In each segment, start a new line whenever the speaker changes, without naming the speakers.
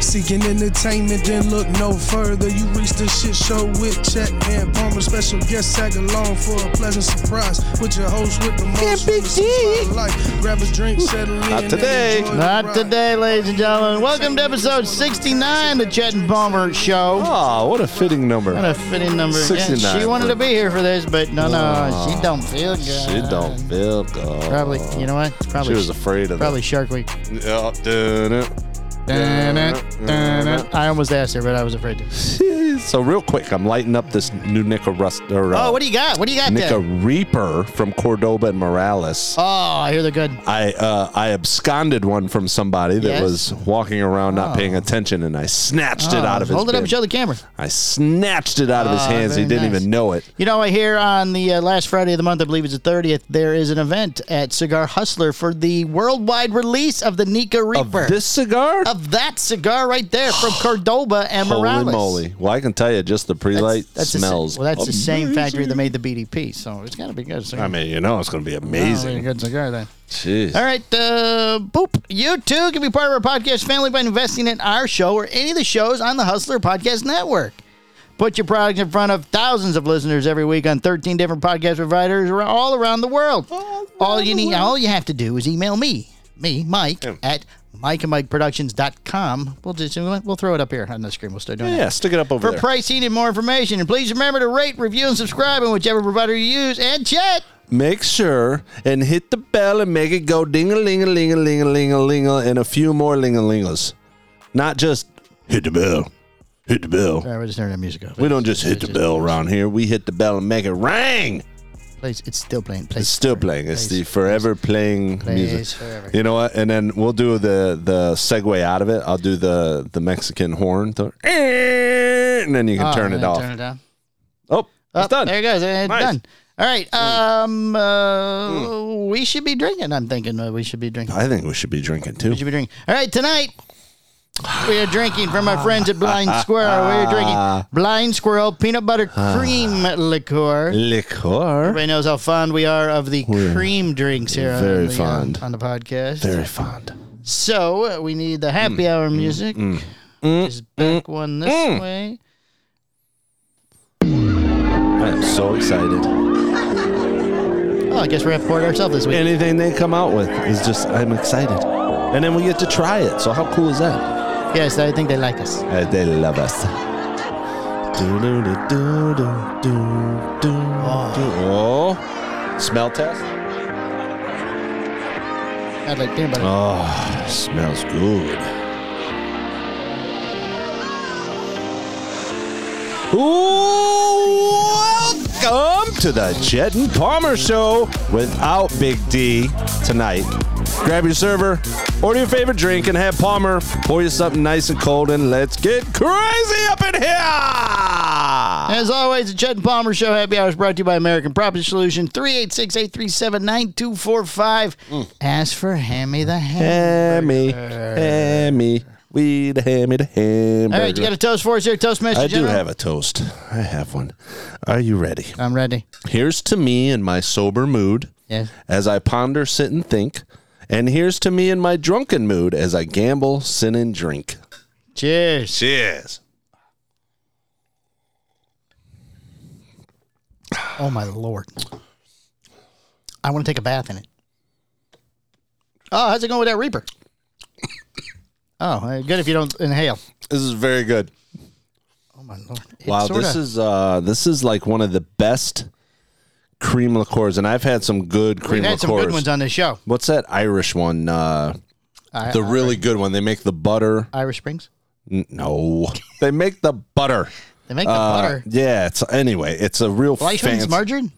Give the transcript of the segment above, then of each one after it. seeking entertainment, then look no further. You reach the shit show with Chet and Palmer. Special guest tag along for a pleasant surprise. With your host with the most
Big
realest
D.
spotlight. Grab a drink, settle in. and
today.
enjoy the
Not
ride.
today, ladies and gentlemen. Welcome to episode 69 of the Chet and Palmer Show.
Oh, what a fitting number.
What a fitting number. Yeah,
69.
she wanted to be here for this, but no, no, she don't feel good.
She don't feel good.
Probably, you know what? Probably,
She was afraid of
probably Shark Week.
that. Oh, dun,
Dun, dun, dun, dun. I almost asked her, but I was afraid to.
dun. So real quick, I'm lighting up this new Nicker Rust. Or, uh,
Oh, what do you got? What do you got
Nick
there?
a Reaper from Cordoba and Morales.
Oh, I hear they're good.
I uh, I absconded one from somebody that
Yes? Oh.
was walking around not paying attention, and I snatched it out of his.
Hold it up
hand.
and show the camera.
I snatched it out of his
Ah,
hands. He
very
didn't
nice.
even know it.
You know, I hear on the uh, last Friday of the month, I believe it's the 30th, there is an event at Cigar Hustler for the worldwide release of the Nika Reaper.
This cigar.
of that cigar right there from Cordoba and Morales.
Holy moly! Well, I can tell you, just the pre-light
the sa-
smells.
well, that's the same
amazing.
factory that made the BDP, so it's got to be good. So
I mean, you know, it's going to be
a
amazing.
good cigar then.
Jeez.
All right, uh, boop. You too can be part of our podcast family by investing in our show or any of the shows on the Hustler Podcast Network. Put your product in front of thousands of listeners every week on 13 different podcast providers ar- all around the world. all you need, all you have to do is email me, me, Mike, at Mike and Mike Productions.com. We'll just we'll throw it up here on the screen. We'll start doing it.
Yeah, stick it up over
For
there.
pricing and more information, and please remember to rate, review, and subscribe on whichever provider you use. And chat.
make sure and hit the bell and make it go ding a ling a ling a ling a ling a ling and a few more ling a lingles. Not just hit the bell, hit the bell.
All right, we're just turning that music off.
We don't just hit the bell around here. We hit the bell and make it ring.
Please, it's still playing. Please.
It's still playing. It's the forever playing
Plays
music.
forever.
You know what? And then we'll do the the segue out of it. I'll do the the Mexican horn, the- and then you can
Oh,
turn
and
it
then
off.
Turn it down.
Oh, it's
Oh,
done.
There it goes. It's
Nice. Mm.
done. All right. Um, uh, we should be drinking. I'm thinking uh, we should be drinking.
I think we should be drinking too.
We should be drinking. All right, tonight we are drinking from our friends at Blind Squirrel. We are
Ah.
drinking Blind Squirrel peanut butter cream liqueur.
Liqueur.
Everybody knows how fond we are of the cream drinks here
very
on, the, uh,
fond.
on the podcast.
Very Mm. fond.
So uh, we need the happy hour music.
Mm.
Just back one this way.
I am so excited.
Oh, I guess we're gonna pour it ourselves this week.
Anything they come out with is just, I'm excited. And then we get to try it. So how cool is that?
yes, I think they like us.
Uh, they love us. Do, do, do, do, do, do, do, do. Oh. Smell test?
I'd like peanut butter.
Oh, smells good. Welcome to the Chet and Palmer Show without Big D tonight. Grab your server, order your favorite drink, and have Palmer pour you something nice and cold, and let's get crazy up in here!
As always, the Chet and Palmer Show Happy Hour is brought to you by American Property Solution, 386-837-9245. Ask for Hammy the Hammy.
Mm. Hammy, hammy, we the hammy, the hamburger.
All right, you got a toast for us here, Toastmaster
I do
General?
have a toast. I have one. Are you ready?
I'm ready.
Here's to me in my sober mood
Yes.
as I ponder, sit, and think. And here's to me in my drunken mood as I gamble, sin, and drink.
Cheers.
Cheers.
Oh, my Lord. I want to take a bath in it. Oh, how's it going with that Reaper? Oh, uh, good if you don't inhale.
This is very good.
Oh, my Lord. It's
Wow,
sorta-
this is uh this is like one of the best cream liqueurs, and I've had some good cream
We've had
liqueurs.
some good ones on this show.
What's that Irish one? Uh,
I-
the really good one. They make the butter.
Irish Springs.
N- No, they make the butter.
They make the
Uh,
butter.
Yeah. It's anyway. It's a real
Life
fancy.
margarine.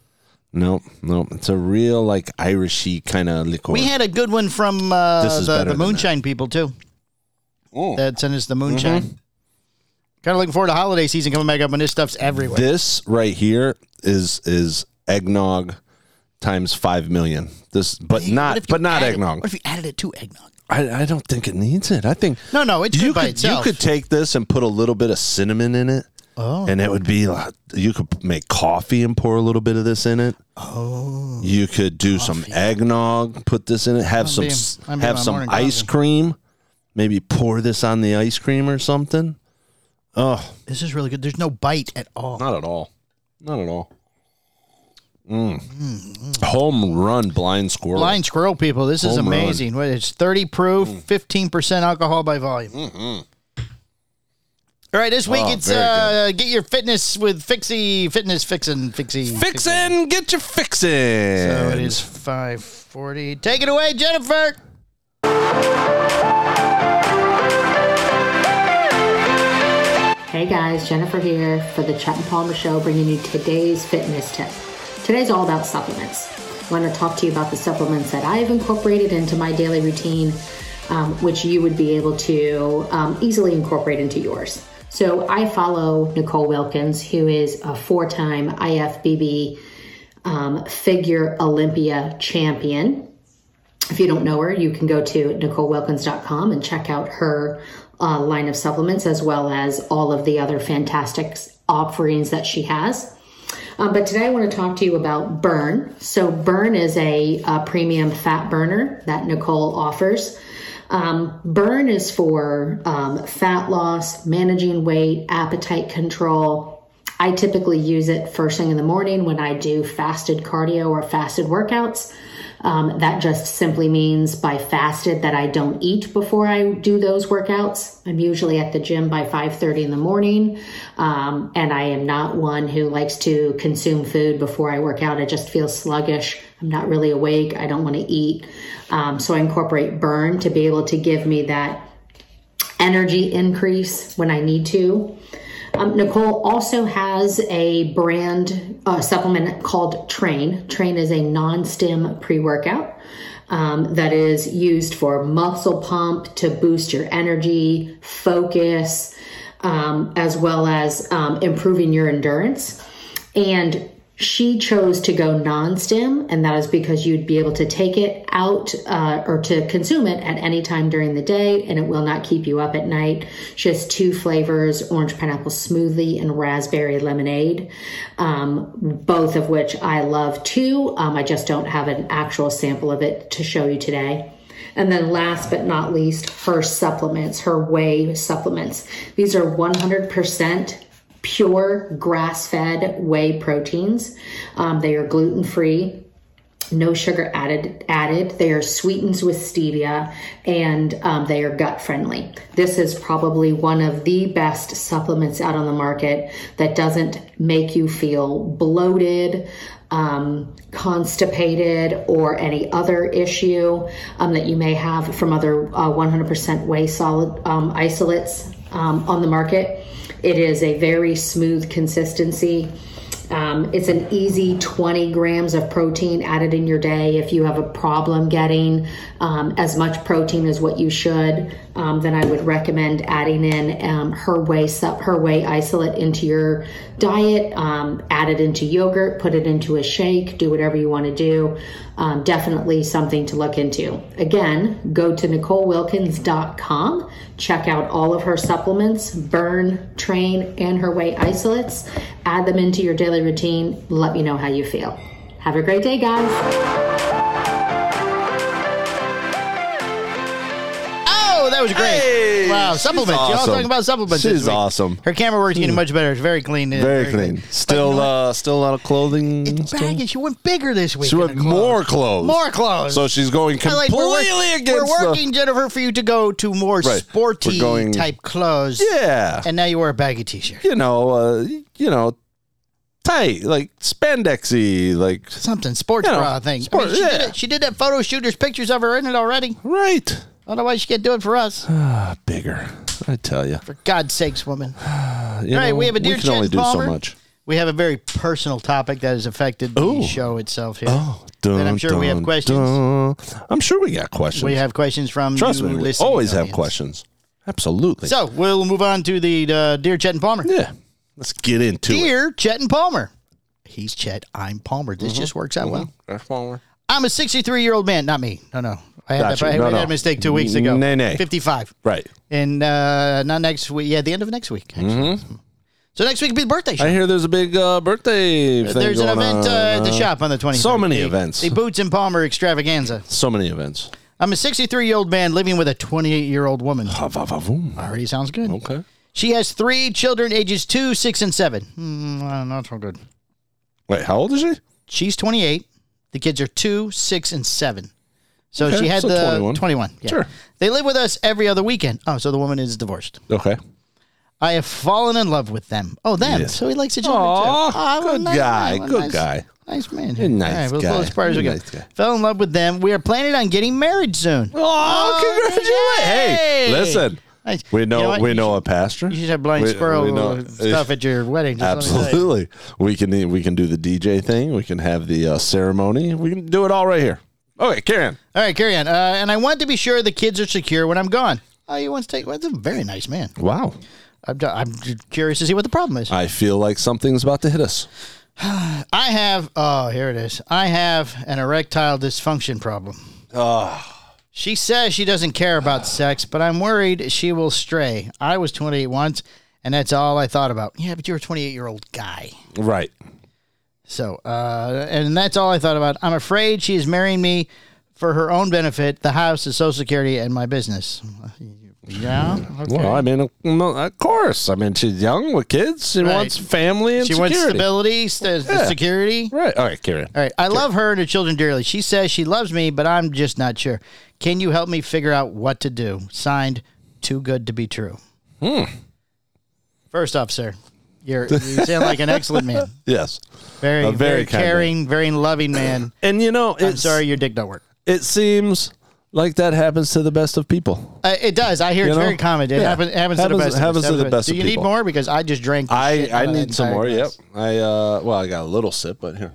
Nope, nope. It's a real like Irishy kind of liqueur.
We had a good one from uh,
This is
the,
better
the
than that.
moonshine people too. That sent us the moonshine.
Mm-hmm.
Kind of looking forward to holiday season coming back up, and this stuff's everywhere.
this right here is is eggnog times five million. This, but
What if
not
you
but not
added-
eggnog.
What if you added it to eggnog?
I, I don't think it needs it. I think
No, no, it's
you
good by
could you
itself.
could take this and put a little bit of cinnamon in it.
Oh.
and it would be like you could make coffee and pour a little bit of this in it. Oh, you could do some eggnog, put this in it. Have some
being-
s
I'm being
have
my
some
morning
ice
coffee.
cream. Maybe pour this on the ice cream or something. Oh,
This is really good. There's no bite at all.
not at all. Not at all. Mm. Home run blind squirrel.
Blind squirrel people, this is
Home run. Mm.
amazing. What, It's 30 proof, 15% alcohol by volume. All right, this week
Mm-hmm. Oh,
it's
very
uh, get your fitness with Fixie, fitness fixin', Fixie.
Fixin', get your fixin'.
So Oh, it is 540. Take it away, Jennifer.
Hey guys, Jennifer here for the Chet and Palmer Show, bringing you today's fitness tip. Today's all about supplements. I want to talk to you about the supplements that I've incorporated into my daily routine, um, which you would be able to um, easily incorporate into yours. So I follow Nicole Wilkins, who is a four time IFBB um, figure Olympia champion. If you don't know her, you can go to NicoleWilkins.com and check out her uh, line of supplements as well as all of the other fantastic s- offerings that she has. Um, but today I want to talk to you about Burn. So, Burn is a, uh premium fat burner that Nicole offers. Um, burn is for um, fat loss, managing weight, appetite control. I typically use it first thing in the morning when I do fasted cardio or fasted workouts. Um, that just simply means by fasted that I don't eat before I do those workouts. I'm usually at the gym by 5:30 in the morning, um, and I am not one who likes to consume food before I work out. I just feel sluggish. I'm not really awake. I don't want to eat, um, so I incorporate burn to be able to give me that energy increase when I need to. Um, Nicole also has a brand uh, supplement called Train. Train is a non stim pre workout um, that is used for muscle pump to boost your energy, focus, um, as well as um, improving your endurance. And she chose to go non stim, and that is because you'd be able to take it out uh, or to consume it at any time during the day, and it will not keep you up at night. She has two flavors orange pineapple smoothie and raspberry lemonade, um, both of which I love too. Um, I just don't have an actual sample of it to show you today. And then last but not least, her supplements, her whey supplements. These are 100% pure grass fed whey proteins. Um, they are gluten free. No sugar added. Added. They are sweetened with stevia, and um, they are gut friendly. This is probably one of the best supplements out on the market that doesn't make you feel bloated, um, constipated, or any other issue um, that you may have from other uh, 100% whey solid um, isolates um, on the market. It is a very smooth consistency. Um, it's an easy 20 grams of protein added in your day. If you have a problem getting um, as much protein as what you should, um, then I would recommend adding in um, her whey sup, her whey isolate into your diet. Um, add it into yogurt, put it into a shake, do whatever you want to do. Um, definitely something to look into. Again, go to NicoleWilkins.com, check out all of her supplements, burn, train, and her whey isolates. Add them into your daily routine. Let me know how you feel. Have a great day, guys.
Oh, that was great.
Hey,
wow,
she's
supplements. Y'all
awesome.
talking about supplements. this
She's
week.
awesome. Hmm.
Her camera work's getting much better. It's very clean. uh,
Very clean. Still, uh, still a lot of clothing.
It's
still?
baggy. She went bigger this week.
She
in
went
the clothes.
more clothes.
More clothes.
So she's going
I
completely
like, we're, work-
against.
we're
the-
working, Jennifer, for you to go to more
We're
sporty
going-
type clothes.
yeah,
And now you wear a baggy t-shirt.
you know, uh, you know, tight, like spandexy, like
Something sports
You know,
bra thing. I
sport-
mean, she, did
yeah.
it. she did that photo shoot. There's pictures of her in it already.
right.
Otherwise, she can't do it for us.
Ah, bigger. I tell you.
For God's sakes, woman.
You
Right,
know,
we have a Dear
We can only
Chet
do
Palmer.
so much.
We have a very personal topic that has affected the
Ooh.
show itself here.
Oh, dun,
And I'm sure we have
dun,
questions.
dun. I'm sure we got questions.
We have questions from
Trust
you
me, we
listening
always have
audience.
questions. Absolutely.
So we'll move on to the uh, Dear Chet and Palmer.
yeah, let's get into it.
Dear Chet and Palmer. He's Chet. I'm Palmer. This
Mm-hmm.
just works out well.
That's Palmer.
I'm a 63 year old man. Not me. No, no. I had,
Gotcha.
that, I
No,
had
no.
that mistake two weeks ago.
Nay, nay.
55.
Right.
And uh, not next week. Yeah, the end of next week. Actually. Mm-hmm. So next week will be the birthday show.
Mm-hmm. I hear there's a big uh, birthday. thing
There's an
going
event
on.
uh, at the shop on the 20th.
so many events.
The Boots and Palmer extravaganza.
So many events.
I'm a 63 year old man living with a 28 year old woman.
Oh, Ba-ba-ba-boom.
Already sounds good.
Okay.
She has three children, ages two, six, and seven. Hmm, uh, not so good.
Wait, how old is she?
She's 28. The kids are two, six, and seven. So
Okay,
she had
so
the 21.
21.
yeah.
Sure.
They live with us every other weekend. Oh, so the woman is divorced.
Okay.
I have fallen in love with them. Oh, them.
Yeah.
So he likes the children
Aw,
too. Aw, what a
good
nice
guy,
man, what a
good
nice-
guy.
Nice man.
a nice
All right, well,
guy.
As far as we
You're
go.
a nice guy.
Fell in love with them. We are planning on getting married soon.
Oh, congratulations!
yay.
Hey, listen,
Nice.
we know,
You what?
we
You
know
should-
a pastor.
You should have blind
We-
squirrel
we know-
stuff at your wedding. just let me tell you.
Absolutely, we can e, we can do the DJ thing. We can have the uh, ceremony. We can do it all right here. Okay, Karen.
All right, carry on. Uh, and I want to be sure the kids are secure when I'm gone. Oh, you want to take? Well, that's a very nice man.
Wow,
I'm, d- I'm j- curious to see what the problem is.
I feel like something's about to hit us.
I have. Oh, here it is. I have an erectile dysfunction problem.
Ah.
She says she doesn't care about sex, but I'm worried she will stray. I was 28 once, and that's all I thought about. Yeah, but you're a 28 year old guy.
Right.
So, uh, and that's all I thought about. I'm afraid she is marrying me for her own benefit, the house, the social security, and my business. Yeah. Okay.
Well, I mean, no, of course. I mean, she's young with kids. She
Right.
wants family and
she
security.
wants stability, st-
Yeah.
security.
Right. All right, Karen.
All right. I love her and her children dearly. She says she loves me, but I'm just not sure. Can you help me figure out what to do? Signed, too good to be true. Hmm. First off, sir, you're, you sound like an excellent man.
Yes.
Very,
A
very,
very kind man.
caring, very loving man.
And you know,
I'm
it's,
sorry your dick don't work.
It seems like that happens to the best of people.
Uh, it does. I hear
You
it's
know?
very common. It
Yeah.
happen, happens, to the
Happens-
best. of us.
happens to the best
Do
of
you
people.
need more? Because I just drank. the
I
shit out
I
of that
need some
entire
more. Yep.
glass.
I uh well I got a little sip, but here.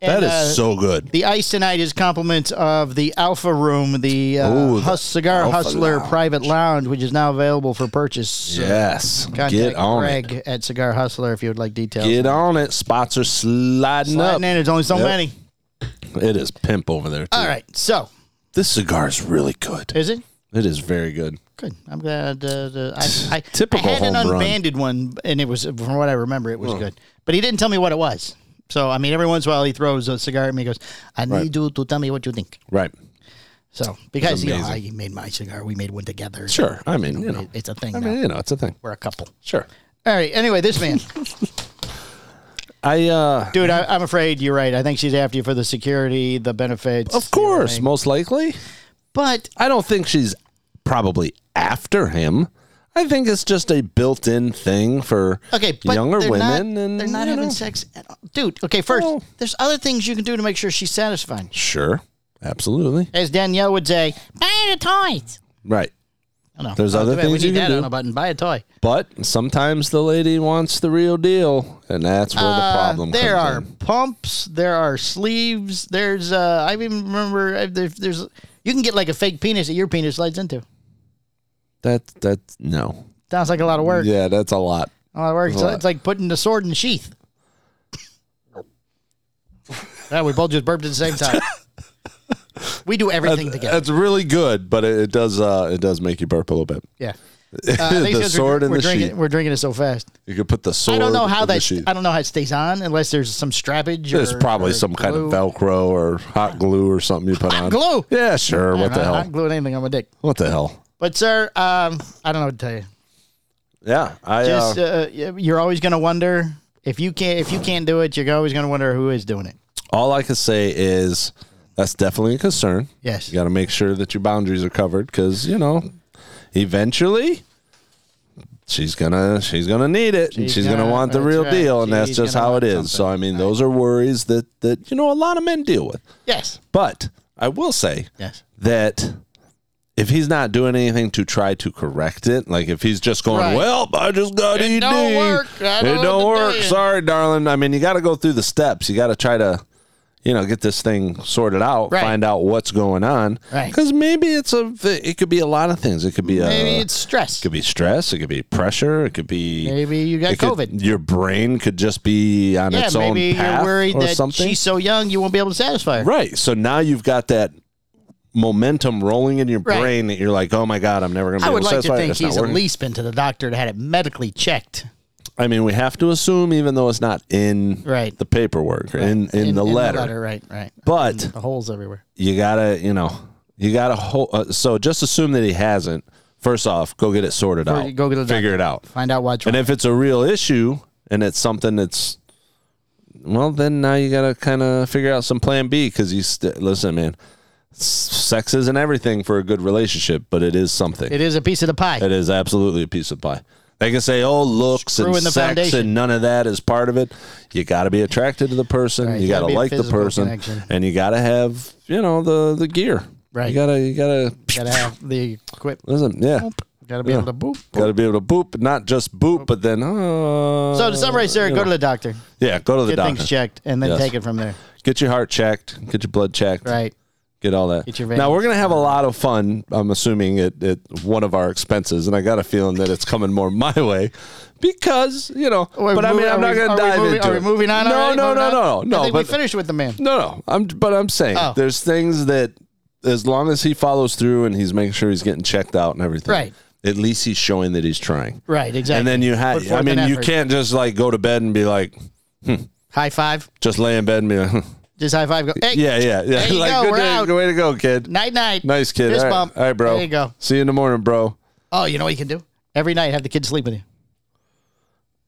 that
And,
is
uh,
so good.
The ice tonight is compliments of the Alpha Room, the, uh,
Ooh, the
Hus- Cigar
Alpha
Hustler
Lounge.
private lounge, which is now available for purchase.
yes.
Contact
Get on
Greg
it.
at Cigar Hustler if you would like details.
Get on it. Spots are sliding,
Sliding
up.
in, there's only so
Yep.
many.
It is pimp over there. Too.
All right, so
This cigar is really good.
is it
It is very good.
good? I'm glad. Uh, the, I, I,
Typical
I had an
home run.
unbanded one, and it was from what I remember, it was good. But he didn't tell me what it was. So I mean, every once in a while he throws a cigar at me. and goes, "I need you to tell me what you think."
Right.
So because you know,
amazing.
I you made my cigar, we made one together.
Sure. I mean, you know.
It's a thing.
I
now.
mean, you know, it's a thing.
We're a couple.
Sure.
All right. Anyway, this man,
I uh
dude, I, I'm afraid you're right. I think she's after you for the security, the benefits.
of course, most likely.
But
I don't think she's probably after him. I think it's just a built-in thing for
okay, but
younger
they're
women,
not,
and
they're not
you
having
know.
sex, at all. dude. Okay, first,
Well-
there's other things you can do to make sure she's satisfied.
Sure, absolutely.
As Danielle would say, buy the toys.
Right.
I don't know.
There's
Oh,
other
we
things
need
you can
that
do.
on a button. Buy a toy.
But sometimes the lady wants the real deal, and that's where the problem
Uh, there
comes
are
in.
pumps. There are sleeves. There's uh, I even remember uh, there's, there's you can get like a fake penis that your penis slides into.
That that no.
Sounds like a lot of work.
Yeah, that's a lot.
A lot of work. So
lot.
it's like putting the sword in the sheath. yeah, we both just burped at the same time. we do everything together.
That's really good, but it, it does uh it does make you burp a little bit.
Yeah. Uh, these
the
guys are-
sword and
we're
the
drinking,
sheet.
We're drinking it so fast.
You could put the sword.
I don't know how
in the
that.
sheet.
I don't know how it stays on unless there's some strappage.
There's
or-
probably
or
some kind of
glue.
Velcro or hot glue or something you put on.
glue?
Yeah, sure. What
I'm
the
not-
hell?
not gluing anything on my dick.
What the hell?
But sir, um, I don't know what to tell you.
Yeah, I.
Just
uh,
uh, you're always gonna wonder if you can't if you can't do it. You're always gonna wonder who is doing it.
all I can say is that's definitely a concern.
Yes.
You got to make sure that your boundaries are covered because you know, eventually, she's gonna she's gonna need it and
She's
she's gonna,
gonna-
want the
that's
real
right.
deal, and that's
She's
just
gonna
how it
want
is. So I mean, those are worries that that you know a lot of men deal with.
Yes.
But I will say
Yes.
that if he's not doing anything to try to correct it, like if he's just going,
Right.
well, I just got ED.
don't work. I don't
it don't
know what to
work.
tell you."
Sorry, darling. I mean, you got to go through the steps. You got to try to, you know, get this thing sorted out,
Right.
find out what's going on.
Right.
Because maybe it's a, it could be a lot of things. It could be
Maybe
a,
it's stress.
it could be stress. It could be pressure. It could be
Maybe you got
it could-
COVID.
your brain could just be on
yeah,
its own
maybe
path
you're worried
or
that
something.
she's so young you won't be able to satisfy her.
Right. So now you've got that momentum rolling in your
Right.
brain that you're like, oh my God, I'm never going to be
I
able
would
to
like to
satisfy it.
think
It's not
she's at
working.
least been to the doctor and had it medically checked.
I mean, we have to assume, even though it's not in
Right.
the paperwork, or in, in, the letter.
right, right.
But
the holes everywhere.
you gotta, you know, you gotta. Ho- uh, so just assume that he hasn't. First off, go get it sorted
Or
out.
go get a
figure
doctor.
it out.
Find out what's
And
wrong.
if it's a real issue and it's something that's, well, then now you gotta kind of figure out some plan B because you st- listen, man. s- Sex isn't everything for a good relationship, but it is something.
It is a piece of the pie.
It is absolutely a piece of pie. They can say, "Oh, looks and
Screwing the
sex
foundation.
and none of that is part of it." You got to be attracted to the person.
Right,
You got
gotta
to
be a
like the
physical
person,
connection.
and you got to have you know the the gear.
Right.
You gotta you gotta
Gotta have the quip.
listen. Yeah.
Gotta be
Yeah.
able to boop.
Got to be able to boop, not just boop, but then oh.
So to summarize, Sarah, go to the doctor,
yeah, go to the
get
doctor.
things checked, and then
Yes.
take it from there.
Get your heart checked. Get your blood checked.
Right.
Get all that.
Get your
now
veins.
we're gonna have a lot of fun. I'm assuming at, at one of our expenses, and I got a feeling that it's coming more my way because you know.
We're
but I mean,
moving-
I'm
are
not
we-
gonna
are we
dive
moving-
into.
Are we
it.
moving on?
No,
already?
no,
Moving
no,
on?
no, no,
I
no.
think we
But
finished with the man.
no, no. I'm but I'm saying
Oh.
there's things that as long as he follows through and he's making sure he's getting checked out and everything.
Right.
At least he's showing that he's trying.
Right. Exactly.
And then you
Put
have.
forth
I mean,
an
you
effort.
can't just like go to bed and be like,
high five.
just lay in bed and be like, hmm.
Just high five. Go. Hey.
yeah, yeah, yeah.
There you
like,
go,
good
we're
day,
out.
good way to go, kid.
Night night.
Nice kid.
Fist
all, right.
bump.
all right, bro.
There you go.
See you in the morning, bro.
Oh, you know what you can do? Every night have the kids sleep with you.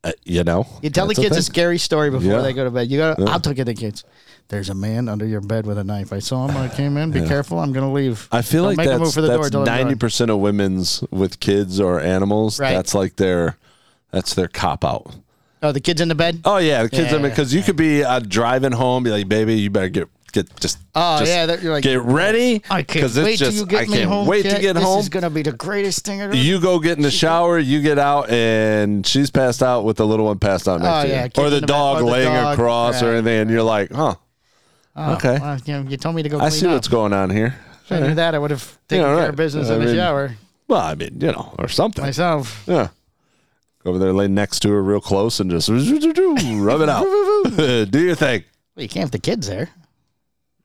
Uh, you know,
You tell
that's
the
a
kids a,
thing.
scary story before
Yeah.
they go to bed. You got. to I'll take it to the kids. There's a man under your bed with a knife. I saw him when I came in. Be careful. I'm gonna leave.
I feel
Don't
like
make a move
that's
for the door
that's
till I'm
ninety
done.
percent of women's with kids or animals.
Right.
That's like their that's their cop out.
Oh, the kids in the bed.
Oh yeah, the kids. I
Yeah,
mean, because you could be uh, driving home, be like, baby, you better get get just.
Oh,
just
yeah, that- you're like,
get ready.
I can't
'cause it's
wait till
just-
you get
I
me
can't
home.
Wait to
kid.
get
this
home.
is gonna be the greatest thing ever.
you go get in the shower, you get out, and she's passed out with the little one passed out next
Oh,
to you,
yeah,
or
kids
the
in the bed,
dog
or the
laying
dog,
across or
right,
anything, and you're like, huh? okay,
Oh, Well, you, know, you told me to go.
I
clean
see
up.
what's going on here.
If I knew that, I would have taken
Yeah,
care
right.
of business
I
in the
mean-
shower
Well, I mean, you know, or something.
myself.
Yeah. Go over there, lay next to her real close, and just rub it out. Do your thing.
Well, you can't have the kids there.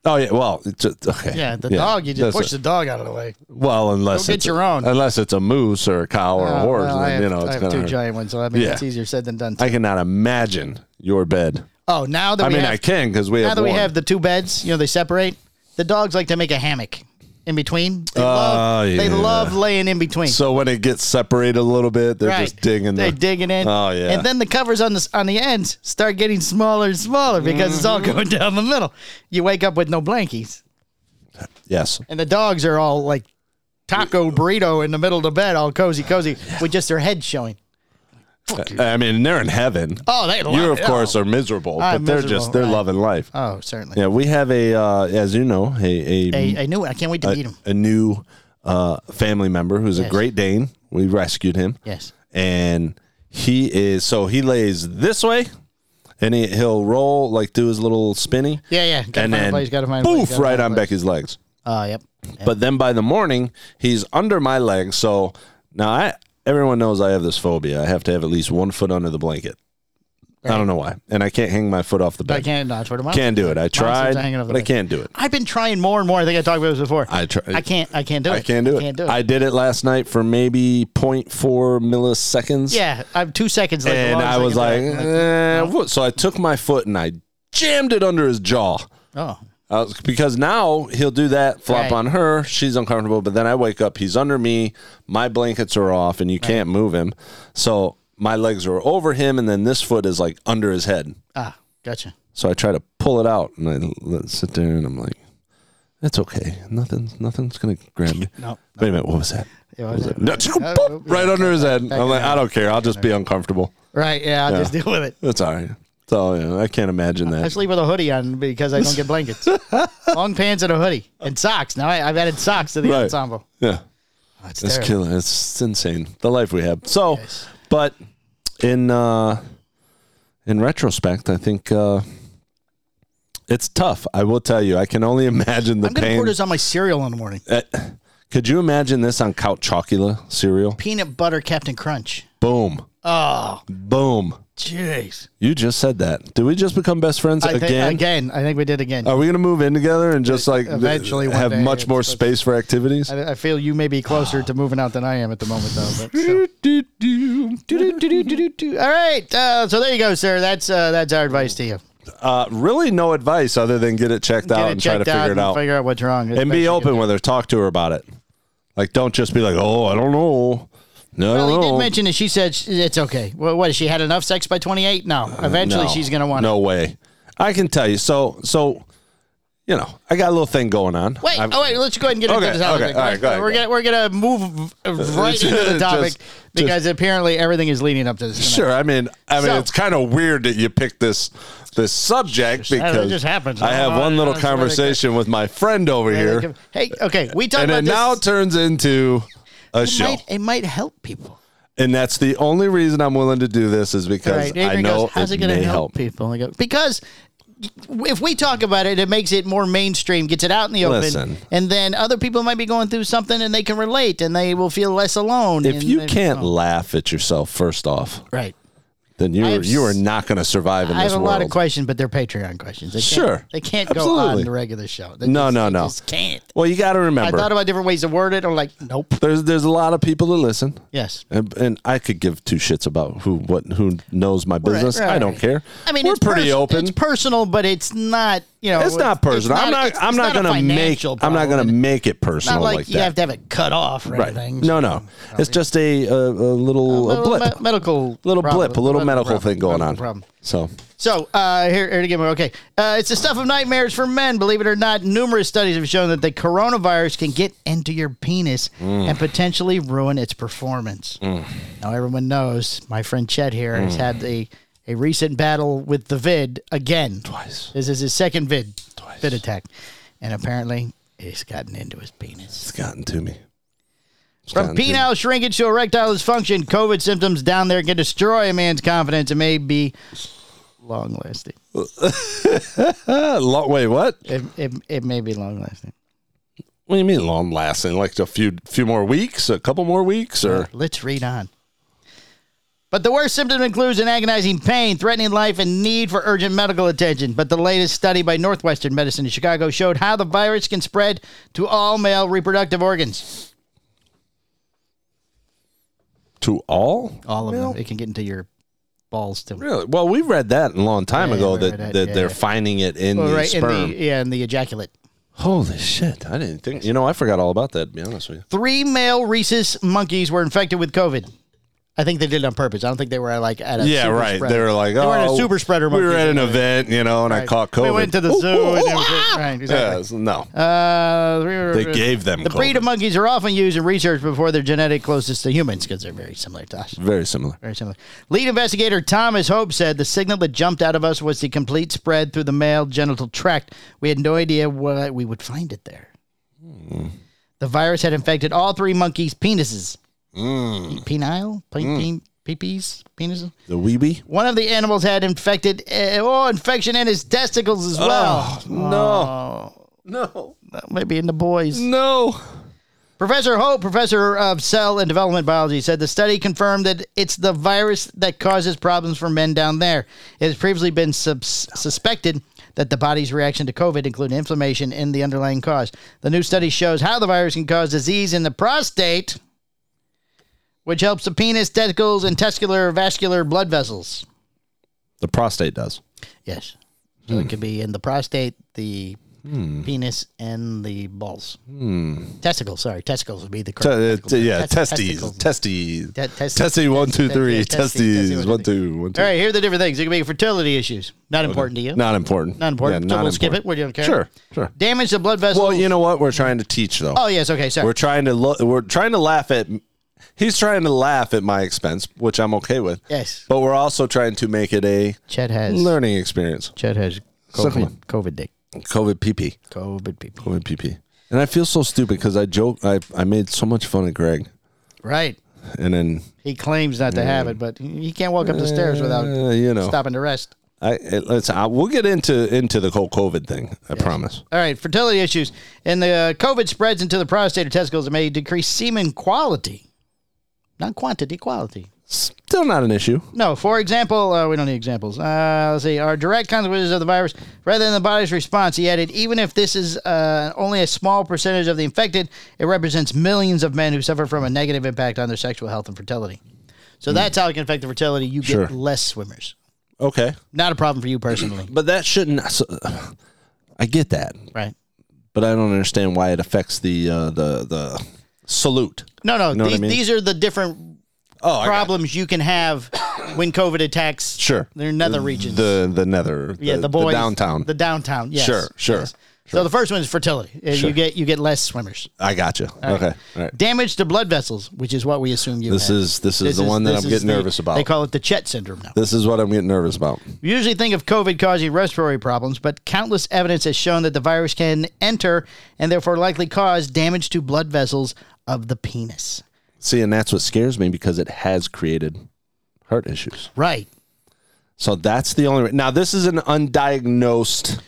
Oh yeah, well, it's just, okay.
Yeah, the dog. You just
that's
push
it.
the dog out of the way.
Well, unless
Go get
it's
your own.
unless it's a moose or a cow or a
Oh,
horse,
well, I
then,
have,
you know,
I
it's
have
gonna.
two
hurt.
giant ones, so I mean,
Yeah.
it's easier said than done.
I cannot imagine your bed.
oh, now that
I
we
mean,
have,
I can because we
now
have
that we
one.
have the two beds, you know, they separate. The dogs like to make a hammock in between. They, love,
Oh,
they
yeah.
love laying in between.
so when it gets separated a little bit, they're
Right.
just digging.
They're
the,
digging in.
Oh yeah.
And then the covers on the on the ends start getting smaller and smaller because it's all going down the middle. You wake up with no blankies,
yes,
and the dogs are all like taco burrito in the middle of the bed, all cozy cozy, with just their heads showing.
I mean they're in heaven.
Oh, they love
you of
it.
course
Oh.
are miserable,
I'm
but they're
miserable,
just they're
right.
loving life.
Oh, certainly.
Yeah, we have a uh, as you know a a,
I, I knew it. I can't wait to meet him.
a new uh, family member who's a
Yes.
Great Dane. We rescued him.
Yes.
and he is so he lays this way, and he, he'll roll like do his little spinny.
Yeah, yeah. Gotta
and
find a
then
place, gotta find a place,
poof,
gotta
right
find a
on
place.
Becky's legs.
Oh, yep.
But then by the morning, he's under my leg. So now I everyone knows I have this phobia. I have to have at least one foot under the blanket. I don't know why, and I can't hang my foot off the bed.
I can't not sort of mine.
Can't do it. I tried,
hanging off the
but I
bed.
can't do it.
I've been trying more and more. I think I talked about this before.
I try-
I can't. I can't do it.
I can't do it.
Can't do it.
I did it last night for maybe 0.4 milliseconds.
yeah, I'm two seconds. Like,
And I was like, eh, what? so I took my foot and I jammed it under his jaw.
oh,
I was- Uh, because now he'll do that, flop
Right.
on her. She's uncomfortable. But then I wake up, he's under me. My blankets are off and you can't move him. So my legs are over him. And then this foot is like under his head.
ah, gotcha.
So I try to pull it out and I l- sit there and I'm like, that's okay. Nothing's nothing's gonna grab me.
No,
Wait a minute. What was that?
Yeah,
What was
that-
that? No,
that-
boop, right
yeah,
under his head.
that
I'm like,
can
I don't care. I'll just be uncomfortable.
Right. Yeah. I'll just deal with it.
That's all right. So you know, I can't imagine
I
that.
sleep with a hoodie on because I don't get blankets. Long pants and a hoodie and socks. Now I, I've added socks to the
Right.
ensemble.
Yeah,
That's
it's
Oh, terrible.
killing. It's insane. The life we have. So,
Yes.
but in uh, in retrospect, I think uh, it's tough. I will tell you. I can only imagine the
I'm gonna pour
pain. Eh,
this on my cereal in the morning.
Could you imagine this on Count Chocula cereal?
Peanut butter Captain Crunch.
Boom.
Oh,
Boom.
jeez.
You just said that. Did we just become best friends
I think,
again? Oh.
again? I think we did again.
Are we going to move in together and just like
Eventually one
have
day,
much
it's-
more
it's-
space for activities?
I, I feel you may be closer to moving out than I am at the moment, though. But
Do,
still.
do, do.
Do-do-do-do-do-do. All right. Uh, so there you go, sir. That's uh, that's our advice to you.
Uh, really, no advice other than get it checked out
Get it
and try to
checked
figure
out
it
and
out.
figure out what's wrong.
and be open with her. Talk to her about it. Like, don't just be like, "Oh, I don't know." No,
Well, he did
I don't know.
mention that she said sh- it's okay. Well, what, she had enough sex by 28? No. Eventually,
Mm, No.
she's going to want
No way. I can tell you. So, so, you know, I got a little thing going on.
Wait,
I've-
oh wait, let's go ahead and get into
Okay,
this topic.
okay, all right, go ahead,
we're
go
gonna we're gonna move uh, right into the
Just-
topic
just-
because apparently everything is leading up to this. tonight.
Sure. I mean, I mean,
So-
it's kind of weird that you picked this this subject
I don't know, it
because
just happens.
I have
Oh,
one little
that's what I
conversation with my friend over here,
Hey, okay, we talked
and
about
it now
this.
turns into a
it,
show.
might, it might help people.
And that's the only reason I'm willing to do this is because
Right? Adrian
I know
goes, "How's it,
may
gonna help,
help.
people?" I go, because. If we talk about it, it makes it more mainstream, gets it out in the open,
Listen.
and then other people might be going through something and they can relate and they will feel less alone.
If
and
you
they-
can't
oh,
laugh at yourself, first off,
right?
then you
I
are
have
you are
s-
not going to survive in
I have
this
a
world.
lot of questions, but they're Patreon questions. They can't-
Sure.
they can't go
Absolutely.
on the regular show. They
No,
just-
no,
they
no.
just can't.
Well, you got to
I
remember,
thought about different ways to word it. I'm like, nope.
there's there's a lot of people that listen.
Yes.
And, and I could give two shits about who what who knows my business. I
right.
don't care.
I mean,
we're
it's
pretty
pers-
open.
It's personal, but it's not. You know,
It's not personal. I'm not.
it's-
I'm
it's
not,
a
gonna make.
financial
I'm not
problem.
gonna make it
It's not
personal
like,
like,
you
that.
have to have it cut off or
right.
anything.
No, no. It's just a a, a little a,
Little
blip,
me- medical,
little
problem,
blip, a little medical
problem,
thing going
medical
on.
Problem.
So
So uh, here, here to get more. Okay, uh, it's the stuff of nightmares for men. Believe it or not, numerous studies have shown that the coronavirus can get into your penis
Mm.
and potentially ruin its performance. Now everyone knows my friend Chet here
Mm.
has had a a recent battle with the vid again.
twice,
This is his second vid vid attack, and apparently it's gotten into his penis.
it's gotten to me. It's
From
gotten to me.
penile shrinkage to erectile dysfunction, COVID symptoms down there can destroy a man's confidence and may be long lasting.
Uh, lo- wait, what?
It, it, it may be long lasting.
What do you mean long lasting? Like a few few more weeks, a couple more weeks, or
Let's read on. But the worst symptom includes an agonizing pain, threatening life, and need for urgent medical attention. But the latest study by Northwestern Medicine in Chicago showed how the virus can spread to all male reproductive organs.
to all?
All of
Well,
them. It can get into your balls too.
Really? Well, we read that a long time
Yeah,
ago
we
that,
read that,
that
yeah,
they're
yeah.
finding it in
Well,
the
right in
sperm.
the yeah, in the ejaculate.
Holy shit! I didn't think. You know, I forgot all about that. To be honest with you.
Three male rhesus monkeys were infected with COVID. I think they did it on purpose. I don't think they were like at a
Yeah,
super
right.
spreader.
They were like,
They
oh,
were in a super spreader
We were
monkey
at an
thing.
event, you know, and I
Right.
caught COVID.
We went to the
Ooh,
zoo
ooh,
and
ooh,
everything.
ah!
Right, exactly.
Yes, no,
Uh,
they gave them
the breed of
COVID.
monkeys are often used in research before their genetic closest to humans because they're very similar to us.
Very similar.
Very similar. Lead investigator Thomas Hope said the signal that jumped out of us was the complete spread through the male genital tract. We had no idea why we would find it there. The virus had infected all three monkeys' penises. Penile? Pe- pe- Peepees? Penises?
The wee wee.
One of the animals had infected, uh, oh, infection in his testicles as well.
No,
Oh.
no,
Maybe in the boys.
no.
Professor Hope, professor of cell and development biology, said the study confirmed that it's the virus that causes problems for men down there. It has previously been subs- suspected that the body's reaction to COVID included inflammation in the underlying cause. The new study shows how the virus can cause disease in the prostate, which helps the penis, testicles, and testicular vascular blood vessels.
The prostate does.
Yes. So it could be in the prostate, the penis, and the balls. Testicles, sorry. Testicles would be the
Te-
correct.
uh, te- yeah,
Test-
testes,
testicles.
testes,
Te- test-
testes. One, two,
test- yeah,
three.
testes, testes,
Testes.
one,
One,
two,
two, one, two.
All right, here are the different things. It could be fertility issues. Not important to you.
Not important.
Not important.
Yeah,
so
not
we'll skip
important.
it. We don't care.
Sure, sure.
Damage to blood vessels.
Well, you know what? We're trying to teach though.
Oh, yes. Okay. Sorry.
We're trying to lo- we're trying to laugh at he's trying to laugh at my expense, which I'm okay with.
Yes.
But we're also trying to make it a
Chet has.
learning experience.
Chet has
Suck
COVID,
one.
COVID dick.
COVID PP.
COVID people.
COVID PP. And I feel so stupid because I joke I, I made so much fun of Greg.
Right.
And then
He claims not to have it, but he can't walk up the stairs without
uh, you know
stopping to rest.
I it, let's I, we'll get into into the whole COVID thing. I promise.
All right, fertility issues. And the uh, COVID spreads into the prostate or testicles and may decrease semen quality, not quantity, quality.
Still not an issue.
No, for example, uh, we don't need examples. Uh, let's see, our direct consequences of the virus, rather than the body's response, he added, even if this is uh, only a small percentage of the infected, it represents millions of men who suffer from a negative impact on their sexual health and fertility. So that's how it can affect the fertility. You get
Hmm. Sure.
less swimmers.
Okay.
Not a problem for you personally,
But that shouldn't. So, I get that,
right?
but I don't understand why it affects the uh, the the salute.
No, no.
Know what I
these,
mean?
these are the different
Oh, I got
problems you can have when COVID attacks.
Sure.
their nether regions.
the the nether.
yeah, the, boys,
downtown.
the downtown. Yes,
Sure, sure,
yes. So the first one is fertility. Uh,
Sure.
You get you get less swimmers.
I got you. okay. All right.
Damage to blood vessels, which is what we assume you.
This
have.
is this is the one that
this
I'm
is
getting
the-
nervous about.
They call it the Chet syndrome now.
this is what I'm getting nervous about.
We usually think of COVID causing respiratory problems, but countless evidence has shown that the virus can enter and therefore likely cause damage to blood vessels of the penis.
See, and that's what scares me because it has created heart issues.
Right.
So that's the only. Now this is an undiagnosed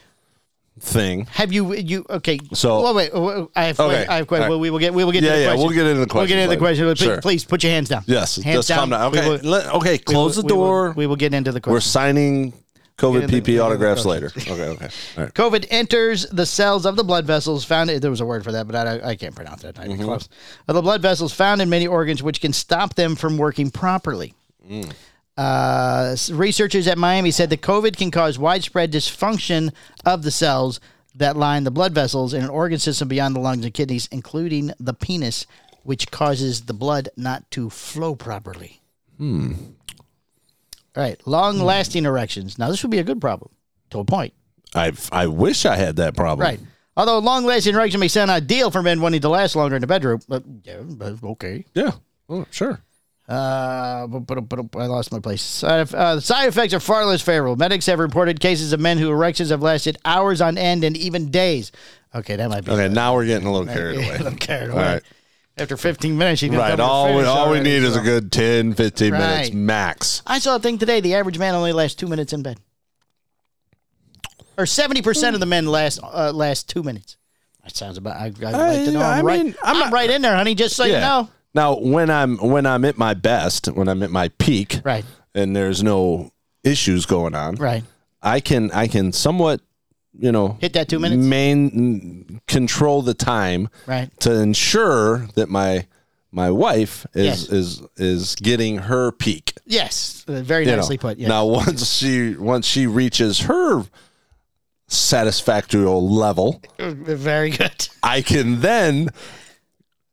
thing.
Have you you okay?
So-
well, wait. wait, I have
Okay,
que- I have questions.
all right.
We will get we will get
Yeah,
to the
yeah,
question.
we'll get into the
We'll get into the
questions
question.
later. Sure.
Please, please put your hands down.
Yes,
hands
just calm down.
We
Okay,
will-
let- okay.
we will-
Close
we
the
will-
door.
We will get into the
We're
question.
signing COVID
Get in the- get in
PP
the
autographs later.
questions.
Okay, okay. All right.
COVID enters the cells of the blood vessels found. There was a word for that, but I, I can't pronounce it. Not even close. Of the blood vessels found in many organs, which can stop them from working properly. Uh, s- researchers at Miami said that COVID can cause widespread dysfunction of the cells that line the blood vessels in an organ system beyond the lungs and kidneys, including the penis, which causes the blood not to flow properly. Hmm. All right, long-lasting erections. Now, this would be a good problem to a point.
I've, I wish I had that problem.
Right. Although long lasting erection may sound ideal for men wanting to last longer in the bedroom, but yeah, but okay.
Yeah. Oh, sure.
Uh, but, but, but I lost my place. Side, eff- uh, side effects are far less favorable. Medics have reported cases of men who erections have lasted hours on end and even days. Okay, that might be.
Okay, now we're getting a little carried
Yeah,
away.
I'm carried
All
away.
right.
After 15 minutes, you
Right. All we, all we need is a good 10, 15 minutes
Right.
max.
I saw a thing today. The average man only lasts two minutes in bed, or seventy percent of the men last uh, last two minutes. That sounds about. I, I'd like to know.
Uh, I
I'm
mean,
right.
I'm
I'm,
not-
right in there, honey. Just so you know.
Now, when I'm when I'm at my best, when I'm at my peak,
Right.
and there's no issues going on,
Right.
I can I can somewhat, you know,
Hit that two minutes?
main control the time,
Right.
to ensure that my my wife is
Yes.
is is getting her peak.
Yes. Uh, Very
you know.
nicely put. Yes.
Now, once she once she reaches her satisfactory level,
Uh, Very good.
I can then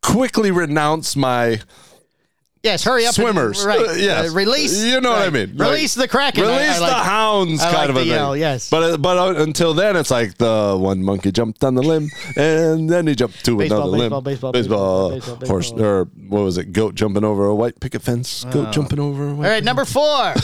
quickly renounce my
Yes. Hurry up. and-
swimmers.
right.
Uh, yes.
Uh, release.
You know what I
right.
mean.
Release
Like,
the kraken. I- I
Release
like-
the hounds,
I
kind
like
of a
the
thing.
yell, yes.
But but uh, until then, it's like the one monkey jumped on the limb, and then he jumped to
Baseball,
another
baseball,
limb.
baseball,
baseball,
baseball, baseball,
horse,
baseball. Oh.
or what was it? Goat jumping over a white picket fence. Goat jumping over a white.
All right. Number four.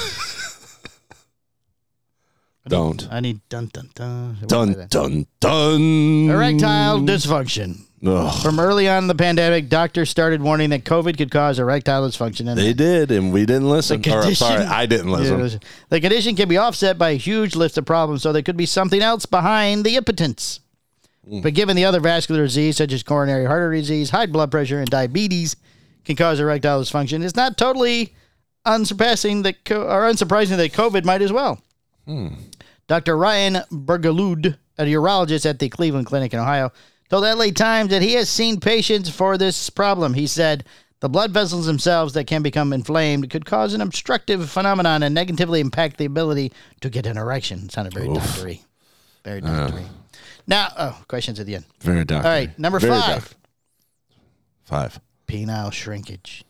Don't.
I need dun dun dun.
Dun dun dun.
Erectile dysfunction.
Ugh.
From early on in the pandemic, doctors started warning that COVID could cause erectile dysfunction. And
They did, and we didn't listen. Or, I'm sorry,
condition-
I didn't listen.
The condition can be offset by a huge list of problems, so there could be something else behind the impotence.
Hmm.
But given the other vascular disease, such as coronary artery disease, high blood pressure, and diabetes, can cause erectile dysfunction, it's not totally unsurpassing that co- or unsurprising that COVID might as well. Dr. Ryan Bergelud, a urologist at the Cleveland Clinic in Ohio, told LA Times that he has seen patients for this problem. He said, the blood vessels themselves that can become inflamed could cause an obstructive phenomenon and negatively impact the ability to get an erection. Sounded very doctory. Very doctory. now, oh, questions at the end.
Very doctor.
All right, number
Very
five,
doc- Five.
penile shrinkage.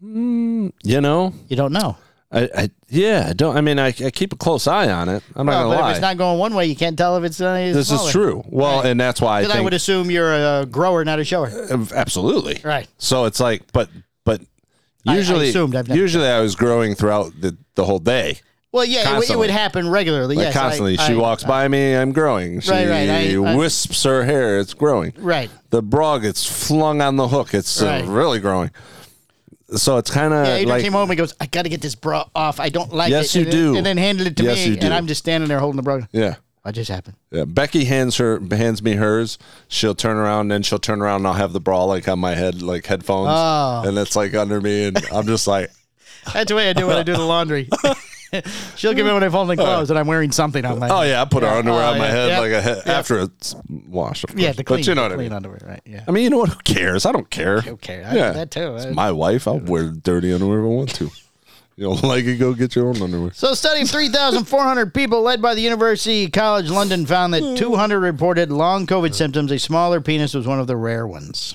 You know,
You don't know.
I, I yeah, I don't. I mean, I, I keep a close eye on it. I'm not
Well,
gonna
but
lie.
if it's not going one way, you can't tell if it's. Uh,
this is true. Well, and that's why I
Then I,
think
would assume you're a grower, not a shower.
absolutely
Right.
So it's like, but but
I- I
usually,
assumed I've never-
usually I was growing throughout the the whole day.
Well, yeah, it, would- it
Constantly.
would happen regularly.
Like
yes, I-
constantly, she
I-
walks by me. I'm growing. She
Right, right, I- I-
wisps her hair. It's growing.
Right.
The bra gets flung on the hook. It's uh,
Right.
really growing. So it's kind of
Yeah, Adrian
Uh, like
came home and goes, "I got to get this bra off. I don't like
Yes,
it."
you
and then-
do.
And then handed it to
Yes,
me,
you do.
and I'm just standing there holding the bra.
yeah.
What just happened?
Yeah, Becky hands her hands me hers. She'll turn around, then she'll turn around, and I'll have the bra like on my head, like headphones,
Oh.
and it's like under me, and I'm just like,
That's the way I do when I do the laundry. She'll give me when I'm folding clothes, and I'm wearing something on my.
oh yeah, I put her underwear
Oh,
on my
yeah.
head
Yep.
like a head,
Yep.
after it's washed. Of course.
yeah, the clean,
but you know what
the
I
clean
mean.
underwear, right? Yeah.
I mean, you know what? Who cares? I don't care.
Who cares? I do that too.
It's
I-
my wife. I'll wear dirty underwear if I want to. You don't like it? Go get your own underwear.
So, a study of 3,400 people led by the University College London found that 200 reported long COVID symptoms. A smaller penis was one of the rare ones.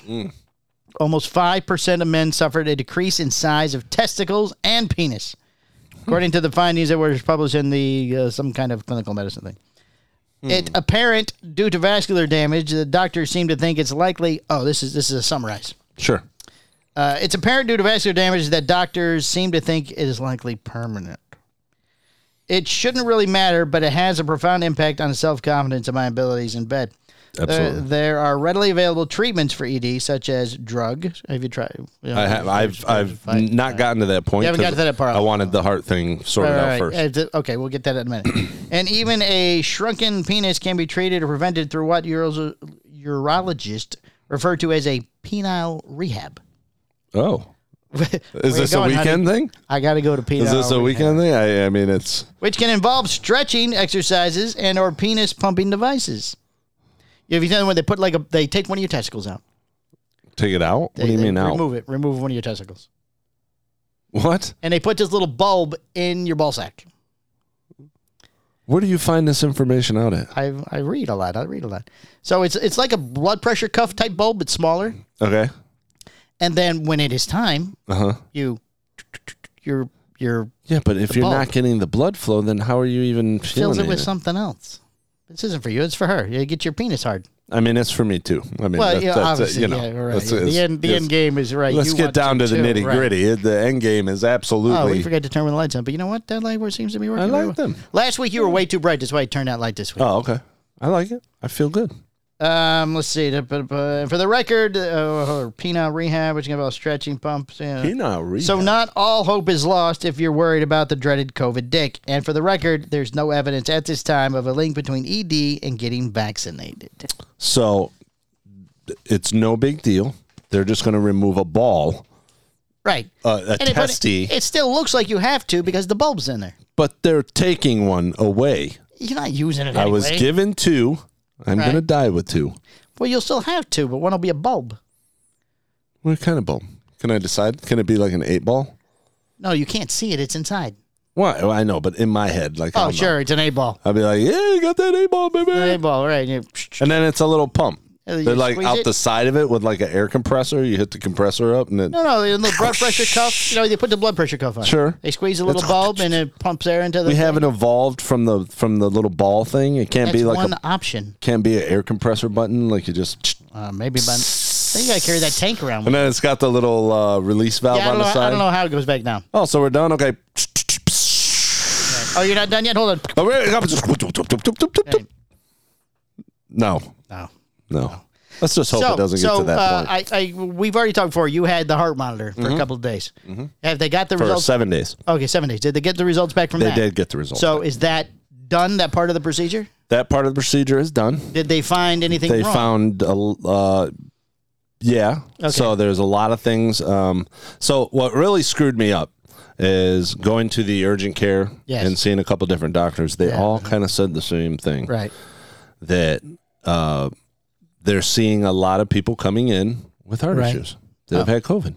Almost 5% of men suffered a decrease in size of testicles and penis, according to the findings that were published in the uh, some kind of clinical medicine thing. It apparent due to vascular damage. The doctors seem to think it's likely. Oh, this is this is a summarize.
Sure.
Uh, it's apparent due to vascular damage that doctors seem to think it is likely permanent. It shouldn't really matter, but it has a profound impact on self confidence and my abilities in bed. There-
Absolutely.
There, are readily available treatments for ED, such as drug. Have you tried? you know,
I have. I've. I've not gotten to that point.
You haven't
'cause
gotten to that part.
I wanted the heart thing sorted
All
out
right,
first.
uh, th- Okay, we'll get that in a minute. and even a shrunken penis can be treated or prevented through what uro- urologists refer to as a penile rehab.
oh,
Where
is
you
this a
going, honey?
weekend thing?
I got to go to penile.
Is this a
rehab.
weekend thing? I, I mean, it's
which can involve stretching exercises and or penis pumping devices. If you tell them when they put like a, they take one of your testicles out.
take it out.
They,
what do you
they
mean out?
Remove it. Remove one of your testicles,
What?
and they put this little bulb in your ball sack.
Where do you find this information out at?
I I read a lot. I read a lot. So it's it's like a blood pressure cuff type bulb, but smaller.
Okay.
And then when it is time,
Uh huh.
you your your
Yeah, but if you're
bulb.
not getting the blood flow, then how are you even feeling
fills it with
it?
something else. This isn't for you. It's for her. You get your penis hard.
I mean, it's for me too. I mean,
Well,
that-
yeah,
that's it,
obviously,
you know,
yeah, right.
that's-
the
it's-
end, the
it's-
end game is right.
Let's
You
get
want
down to the
too,
nitty
right.
gritty. The end game is
Oh, we
absolutely.
forgot to turn the lights on. But you know what? That light wor- seems to be working.
I
very
like
well.
them.
Last week you were way too bright. That's why it turned out light this week.
oh, okay. I like it. I feel good.
Um, let's see. Da- ba- ba- For the record, uh, penile rehab, which is about stretching pumps. Yeah. So not all hope is lost if you're worried about the dreaded COVID dick. And for the record, there's no evidence at this time of a link between ED and getting vaccinated.
So it's no big deal. They're just going to remove a ball,
Right.
uh, a
And it- but
testy,
It, it still looks like you have to because the bulb's in there.
but they're taking one away.
You're not using it.
I was
anyway.
given two. I'm going to
Right.
die with two.
Well, you'll still have to, but one will be a bulb.
What kind of ball? Can I decide? Can it be like an eight ball?
No, you can't see it. It's inside.
Well, I- well, I know, but in my head, like,
Oh,
I'm
sure, it's an eight ball.
I'd be like, yeah, you got that eight ball, baby.
An eight ball, right? You-
And then it's a little pump.
And Oh, you
They're like
squeeze
out
it.
the side of it with like an air compressor. You hit the compressor up, and then
No, no, the little blood pressure cuff. You know, they put the blood pressure cuff on.
Sure.
They squeeze a little bulb and it pumps air into the.
we haven't evolved from the from the little ball thing. It can't
That's
be like
one
a
option.
can't be an air compressor button. Like you just
Uh, maybe, but then you gotta carry that tank around.
and then it's got the little uh, release valve
yeah, I
on
don't, know,
the side.
I don't know how it goes back down.
Oh, so we're done. Okay.
Oh, you're not done yet. Hold on. Right.
No,
No.
no. Let's just hope
so,
it doesn't
so
get to that
uh,
point Mm-hmm.
I, I, we've already talked before. You had the heart monitor for a couple of days. Have they got the
for
results?
seven days.
Okay, seven days. Did they get the results back from
They
that?
did get the results.
So is that done? That part of the procedure?
that part of the procedure is done.
Did they find anything
they
wrong?
found a l- uh, yeah so there's a lot of things um, so what really screwed me up is going to the urgent care
Yes.
and seeing a couple different doctors they
Yeah.
all kind of said the same thing
right.
that uh, they're seeing a lot of people coming in with heart
Right.
issues that have had covid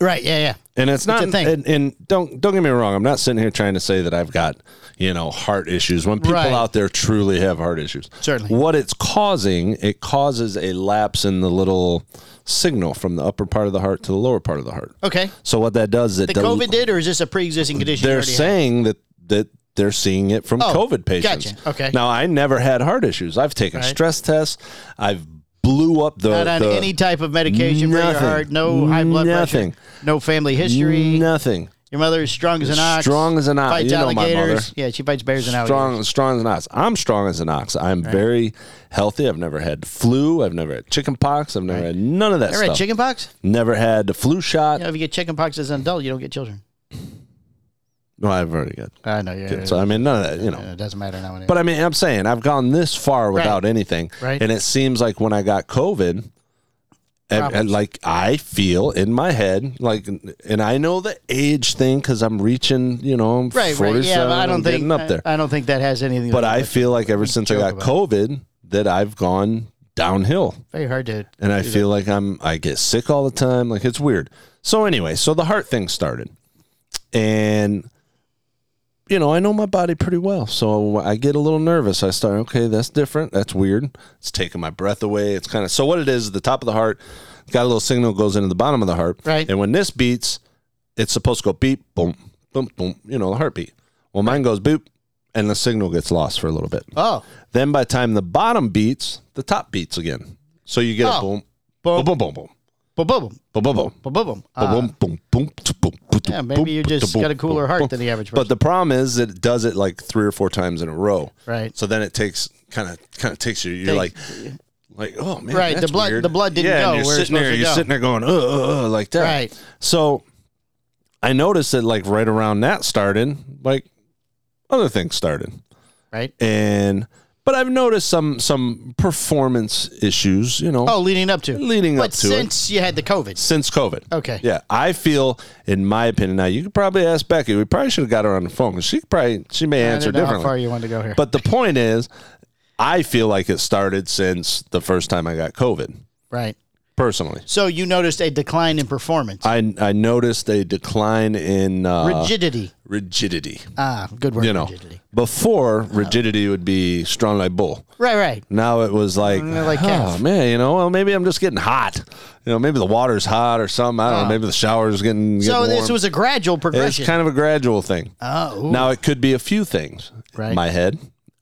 Right. Yeah. Yeah.
and it's not
a thing.
And, and don't don't get me wrong i'm not sitting here trying to say that i've got you know heart issues when people
Right.
out there truly have heart issues
Certainly.
what it's causing it causes a lapse in the little signal from the upper part of the heart to the lower part of the heart
Okay.
so what that does is
The
it del-
COVID did, or is this a pre-existing condition? you
they're
already had?
saying that that they're seeing it from
Oh,
COVID patients.
gotcha. Okay.
Now I never had heart issues. I've taken
Right.
stress tests. I've blew up the
not on
the-
any type of medication for your
Nothing.
heart, no high blood
Nothing.
pressure, no family history.
nothing.
Your mother is strong as an ox.
Strong as an ox.
Fights
You know my
alligators.
mother.
Yeah, she fights bears and alligators.
strong, strong as an ox. I'm strong as an ox. I'm very healthy. I've never had flu. I've never had chicken pox. I've never had none of that
All right,
stuff.
chickenpox.
never had the flu shot.
You know, if you get chickenpox as an adult, you don't get children.
No, I've already got.
I know. Yeah.
So I mean, none of that. You know.
it doesn't matter now.
But I mean, I'm saying I've gone this far without anything,
Right.
and it seems like when I got COVID, and, and, like I feel in my head, like, and I know the age thing because I'm reaching, you know, I'm
right, right.
47,
Yeah, but I
I'm
don't
getting
think
up there.
I, I don't think that has anything. to
but
do
I
with it.
feel like ever since I
joke
got
about
COVID, that I've gone downhill,
very hard to.
and I feel like I'm I get sick all the time. Like it's weird. So anyway, so the heart thing started, and you know, I know my body pretty well, so I get a little nervous. I start, okay, that's different. That's weird. It's taking my breath away. It's kind of so. What it is, the top of the heart got a little signal goes into the bottom of the heart,
Right.
And when this beats, it's supposed to go beep, boom, boom, boom. You know, the heartbeat. Well, mine goes boop, and the signal gets lost for a little bit.
Oh,
Then by the time the bottom beats, the top beats again. So you get
Oh.
a boom, boom,
Boom.
boom, boom, boom,
boom, boom,
boom, boom, boom.
boom, boom, boom.
Boom,
Uh,
boom, boom, t- boom, boom,
yeah, maybe
boom,
you just
boom,
got a cooler
boom,
heart
boom.
than the average
But the problem is that it does it like three or four times in a row.
Right.
So then it takes kind of kind of takes you. You're like,
Takes-
like oh man,
Right, the
that's
blood-
weird.
the blood didn't
yeah,
go
And
where
you're
it's
sitting there.
supposed to
You're
go.
sitting there going, uh, uh, uh, like that.
Right.
So I noticed that like right around that started, like other things started
right.
and but I've noticed some some performance issues, you know,
Oh, leading up to.
Leading
but
up to it.
since you had the COVID.
since COVID.
Okay.
Yeah, I feel, in my opinion, now you could probably ask Becky. We probably should have got her on the phone 'cause she could probably she may
I
answer
don't know how far
differently.
you want to go here.
But the point is, I feel like it started since the first time I got COVID.
right.
Personally,
So you noticed a decline in performance.
I I noticed a decline in uh,
rigidity.
rigidity.
Ah, good word.
You know,
rigidity.
before rigidity would be strong like bull.
Right, right.
Now it was like,
Mm, like
oh
calf."
man, you know, well maybe I'm just getting hot. You know, maybe the water's hot or something. I don't know. Maybe the shower's getting.
Oh. So
getting
this
warm.
was a gradual
It's
progression.
kind of a gradual thing.
oh, ooh,
now it could be a few things.
Right.
My head.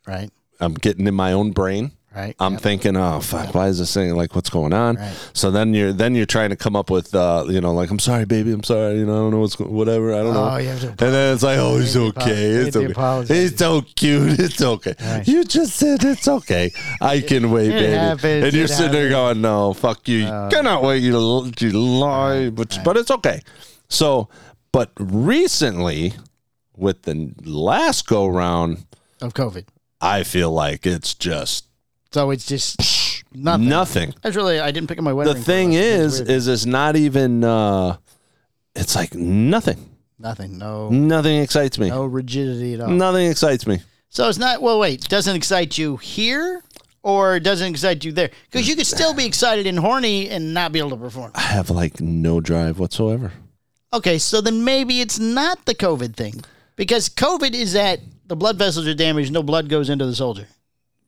right,
I'm getting in my own brain.
right.
I'm thinking, oh fuck, why is this thing like what's going on?
Right.
So then you're then you're trying to come up with uh, you know, like I'm sorry, baby, I'm sorry, you know, I don't know what's go- whatever, I don't
Oh,
know.
you have to
and then it's like, oh, it's
apo-
okay,
you have
it's
to
okay,
apologize.
it's so cute, it's okay.
Right.
You just said it's okay, I can wait,
it
baby.
happens, Oh.
and you're
it
sitting there going, no, fuck you, you cannot wait, you, l- you lie, but but it's okay. So, but recently, with the last go round,
of COVID.
I feel like it's just
So it's just nothing.
nothing.
That's really I didn't pick up my wedding.
the thing is is it's not even uh it's like nothing
nothing. No,
nothing excites me
no rigidity at all.
nothing excites me
So it's not. Well, wait. Doesn't excite you here, or doesn't excite you there? Because you could still be excited and horny and not be able to perform.
i have like no drive whatsoever
Okay, so then maybe it's not the COVID thing because COVID is that the blood vessels are damaged, no blood goes into the soldier.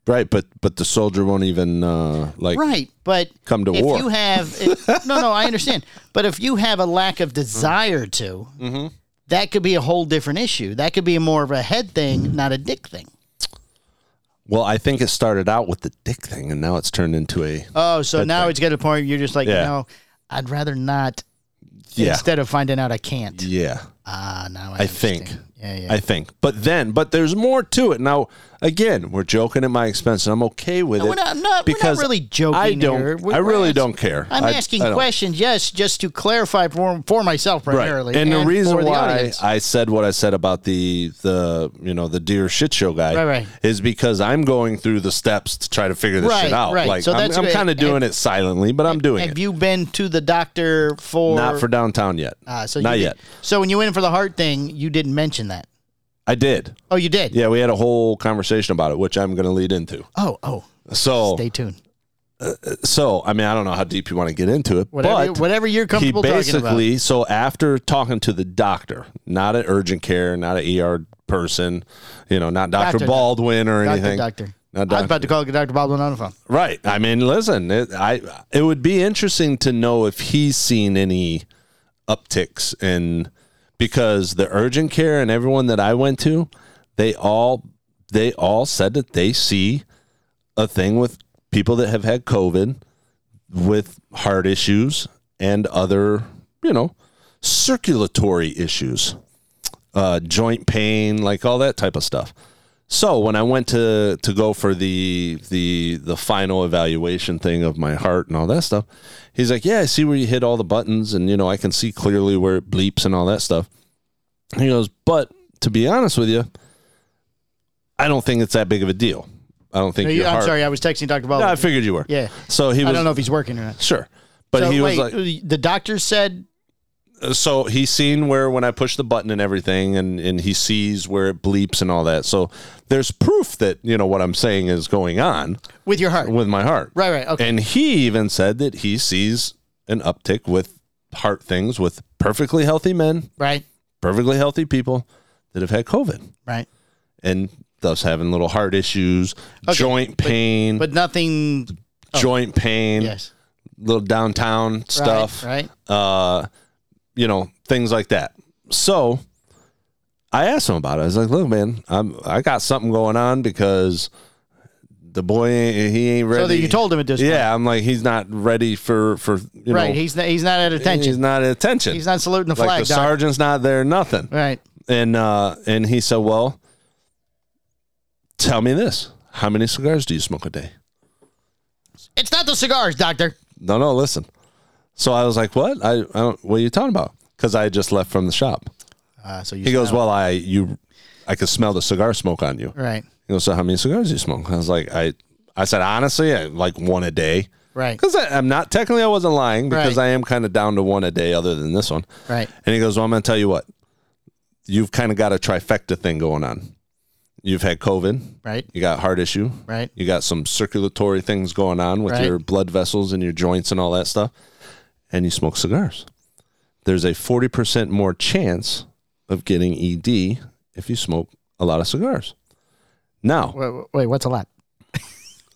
right but but the soldier won't even uh like
Right, but
Come to
if
war.
you have if- no, no, I understand. But if you have a lack of desire to, that could be a whole different issue. That could be more of a head thing, not a dick thing.
well i think it started out with the dick thing and now it's turned into a
Oh, so now it's got a point. You're just like,
Yeah.
you know, I'd rather not.
yeah
Instead of finding out I can't.
yeah
Ah, now I,
I think.
understand. Yeah, yeah.
I think. But then, but there's more to it. Now, again, we're joking at my expense, and I'm okay with
No,
it.
we're not- no, we're not really joking
I don't.
here. We're-
I
we're
really
ask-
don't care.
I'm
I-
asking
I don't.
questions, yes, just to clarify for, for myself primarily.
And, the reason
for the
why
audience.
I said what I said about the the you know the deer shit show guy
Right, right.
is because I'm going through the steps to try to figure this
Right,
shit out.
right.
Like
So
I'm,
that's
I'm
good.
kind of doing
And-
it silently, but I'm doing
have
it.
you been to the doctor for
Not for downtown yet.
Ah, so
Not
you did-
yet.
So when you went in for the heart thing, you didn't mention that.
I did.
Oh, you did.
Yeah, we had a whole conversation about it, which I'm going to lead into.
Oh, oh.
So,
Stay tuned.
so I mean, I don't know how deep you want to get into it,
Whatever,
but
whatever you're comfortable
he
talking about.
basically so after talking to the doctor not an urgent care not an er person you know not dr
Doctor,
baldwin or
Doctor,
anything
doctor.
Not
I was
doctor.
about to call Dr. Baldwin on the phone.
right i mean listen it, i it would be interesting to know if he's seen any upticks in because the urgent care and everyone that i went to they all they all said that they see a thing with people that have had covid with heart issues and other, you know, circulatory issues, uh, joint pain, like all that type of stuff. So when I went to to go for the the the final evaluation thing of my heart and all that stuff, he's like, "Yeah, I see where you hit all the buttons, and you know, I can see clearly where it bleeps and all that stuff." He goes, "But to be honest with you, I don't think it's that big of a deal. I don't think
No,
your
you, I'm
heart-
sorry, I was texting Dr. Baldwin.
No, I figured you were.
yeah.
So he was.
I don't know if he's working or not.
Sure. But
so
he was
wait,
like,
the doctor said,
so he's seen where when I push the button and everything, and, and he sees where it bleeps and all that. So there's proof that, you know, what I'm saying is going on
with your heart.
with my heart.
Right, right, okay.
And he even said that he sees an uptick with heart things with perfectly healthy men,
right?
perfectly healthy people that have had COVID
right?
and thus having little heart issues, joint pain,
But nothing.
joint pain,
Yes.
little downtown stuff,
Right.
uh, you know, things like that. So I asked him about it. I was like, "Look, man, I'm I got something going on because the boy ain't, he ain't ready."
So that you told him at this point.
Yeah, I'm like, he's not ready for for you
right.
know,
he's not, he's not at attention.
He's
He's not,
not at attention.
saluting the
like
flag.
the
doc.
sergeant's not there, nothing.
right.
And uh, and he said, "Well, tell me this: How many cigars do you smoke a day?"
It's not the cigars, doctor.
No, no, listen. So I was like, "What? I, I don't. What are you talking about?" Because I had just left from the shop.
Uh, so you
He goes,
smell
"Well, I you, I could smell the cigar smoke on you."
it. Right.
He goes, "So how many cigars do you smoke?" I was like, "I." I said, honestly, I like one a day.
Right.
Because I'm not, technically, I wasn't lying because
Right.
I am kind of down to one a day other than this one.
Right.
And he goes, Well, I'm going to tell you what. You've kind of got a trifecta thing going on. You've had COVID.
Right.
You got heart issue.
Right.
You got some circulatory things going on with
Right.
your blood vessels and your joints and all that stuff. And you smoke cigars. There's a 40% more chance of getting ED if you smoke a lot of cigars. Now,
Wait, wait, what's a lot?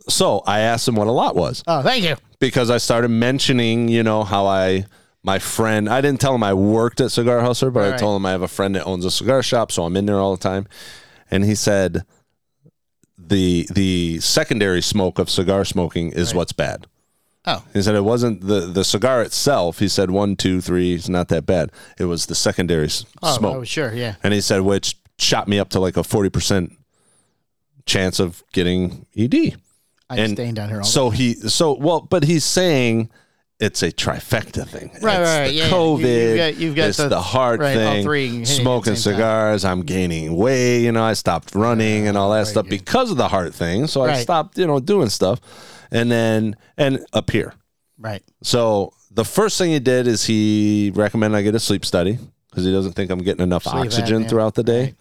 so I asked him what a lot was
Oh, thank you.
because I started mentioning, you know, how I my friend I didn't tell him I worked at Cigar Hustler, but I
Right.
told him I have a friend that owns a cigar shop, so I'm in there all the time. And he said the the secondary smoke of cigar smoking is what's bad.
Oh.
He said it wasn't the, the cigar itself. He said one, two, three is not that bad. It was the secondary s-
Oh,
smoke.
oh, sure. Yeah.
And he said, which shot me up to like a 40% chance of getting E ED.
I
And
stained on her. All
So he, so well, but he's saying it's a trifecta thing.
Right,
it's
right, right,
The
yeah, yeah.
COVID.
You- you've got- you've got
it's the,
the-
heart
right, all
thing.
three hitting at the
smoking
same time.
cigars. I'm gaining weight. You know, I stopped running and all that stuff because of the heart thing. So I
Right.
stopped, you know, doing stuff, and then and up here.
right.
So the first thing he did is he recommended I get a sleep study because he doesn't think I'm getting enough
apnea,
oxygen throughout the day.
right.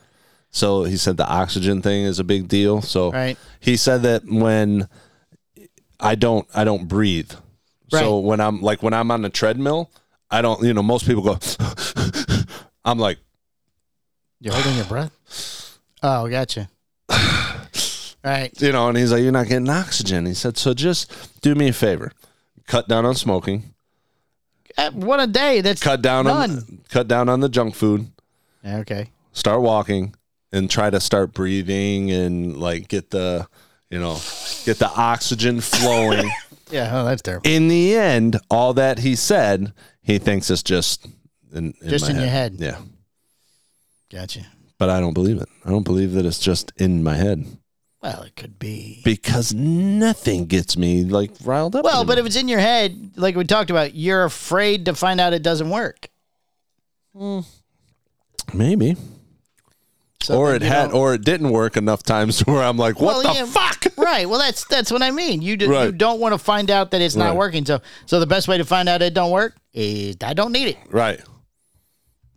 So he said the oxygen thing is a big deal. So
Right.
he said that when I don't I don't breathe. So when I'm like when I'm on the treadmill, I don't you know most people go I'm like
You're holding your breath. Oh, gotcha. right.
you know and he's like you're not getting oxygen. He said so just do me a favor. Cut down on smoking.
Uh, what a day. That's
Cut down on
None.
cut down on the junk food.
Okay.
start walking and try to start breathing and like get the you know get the oxygen flowing
Yeah. Oh, that's terrible.
in the end all that he said he thinks it's just in, in
Just
my
in your head.
yeah
Gotcha.
but i don't believe it i don't believe that it's just in my head
Well, it could be.
because nothing gets me like riled up
Well, but if
anymore.
it's in your head, like we talked about, you're afraid to find out it doesn't work.
maybe
So
or
then
it
you
had
don't-
or it didn't work enough times to where i'm like what
Well,
the
yeah.
fuck
right. Well, that's that's what I mean. You do, you
Right.
don't want to find out that it's
Right.
not working. So so the best way to find out it don't work is I don't need it.
right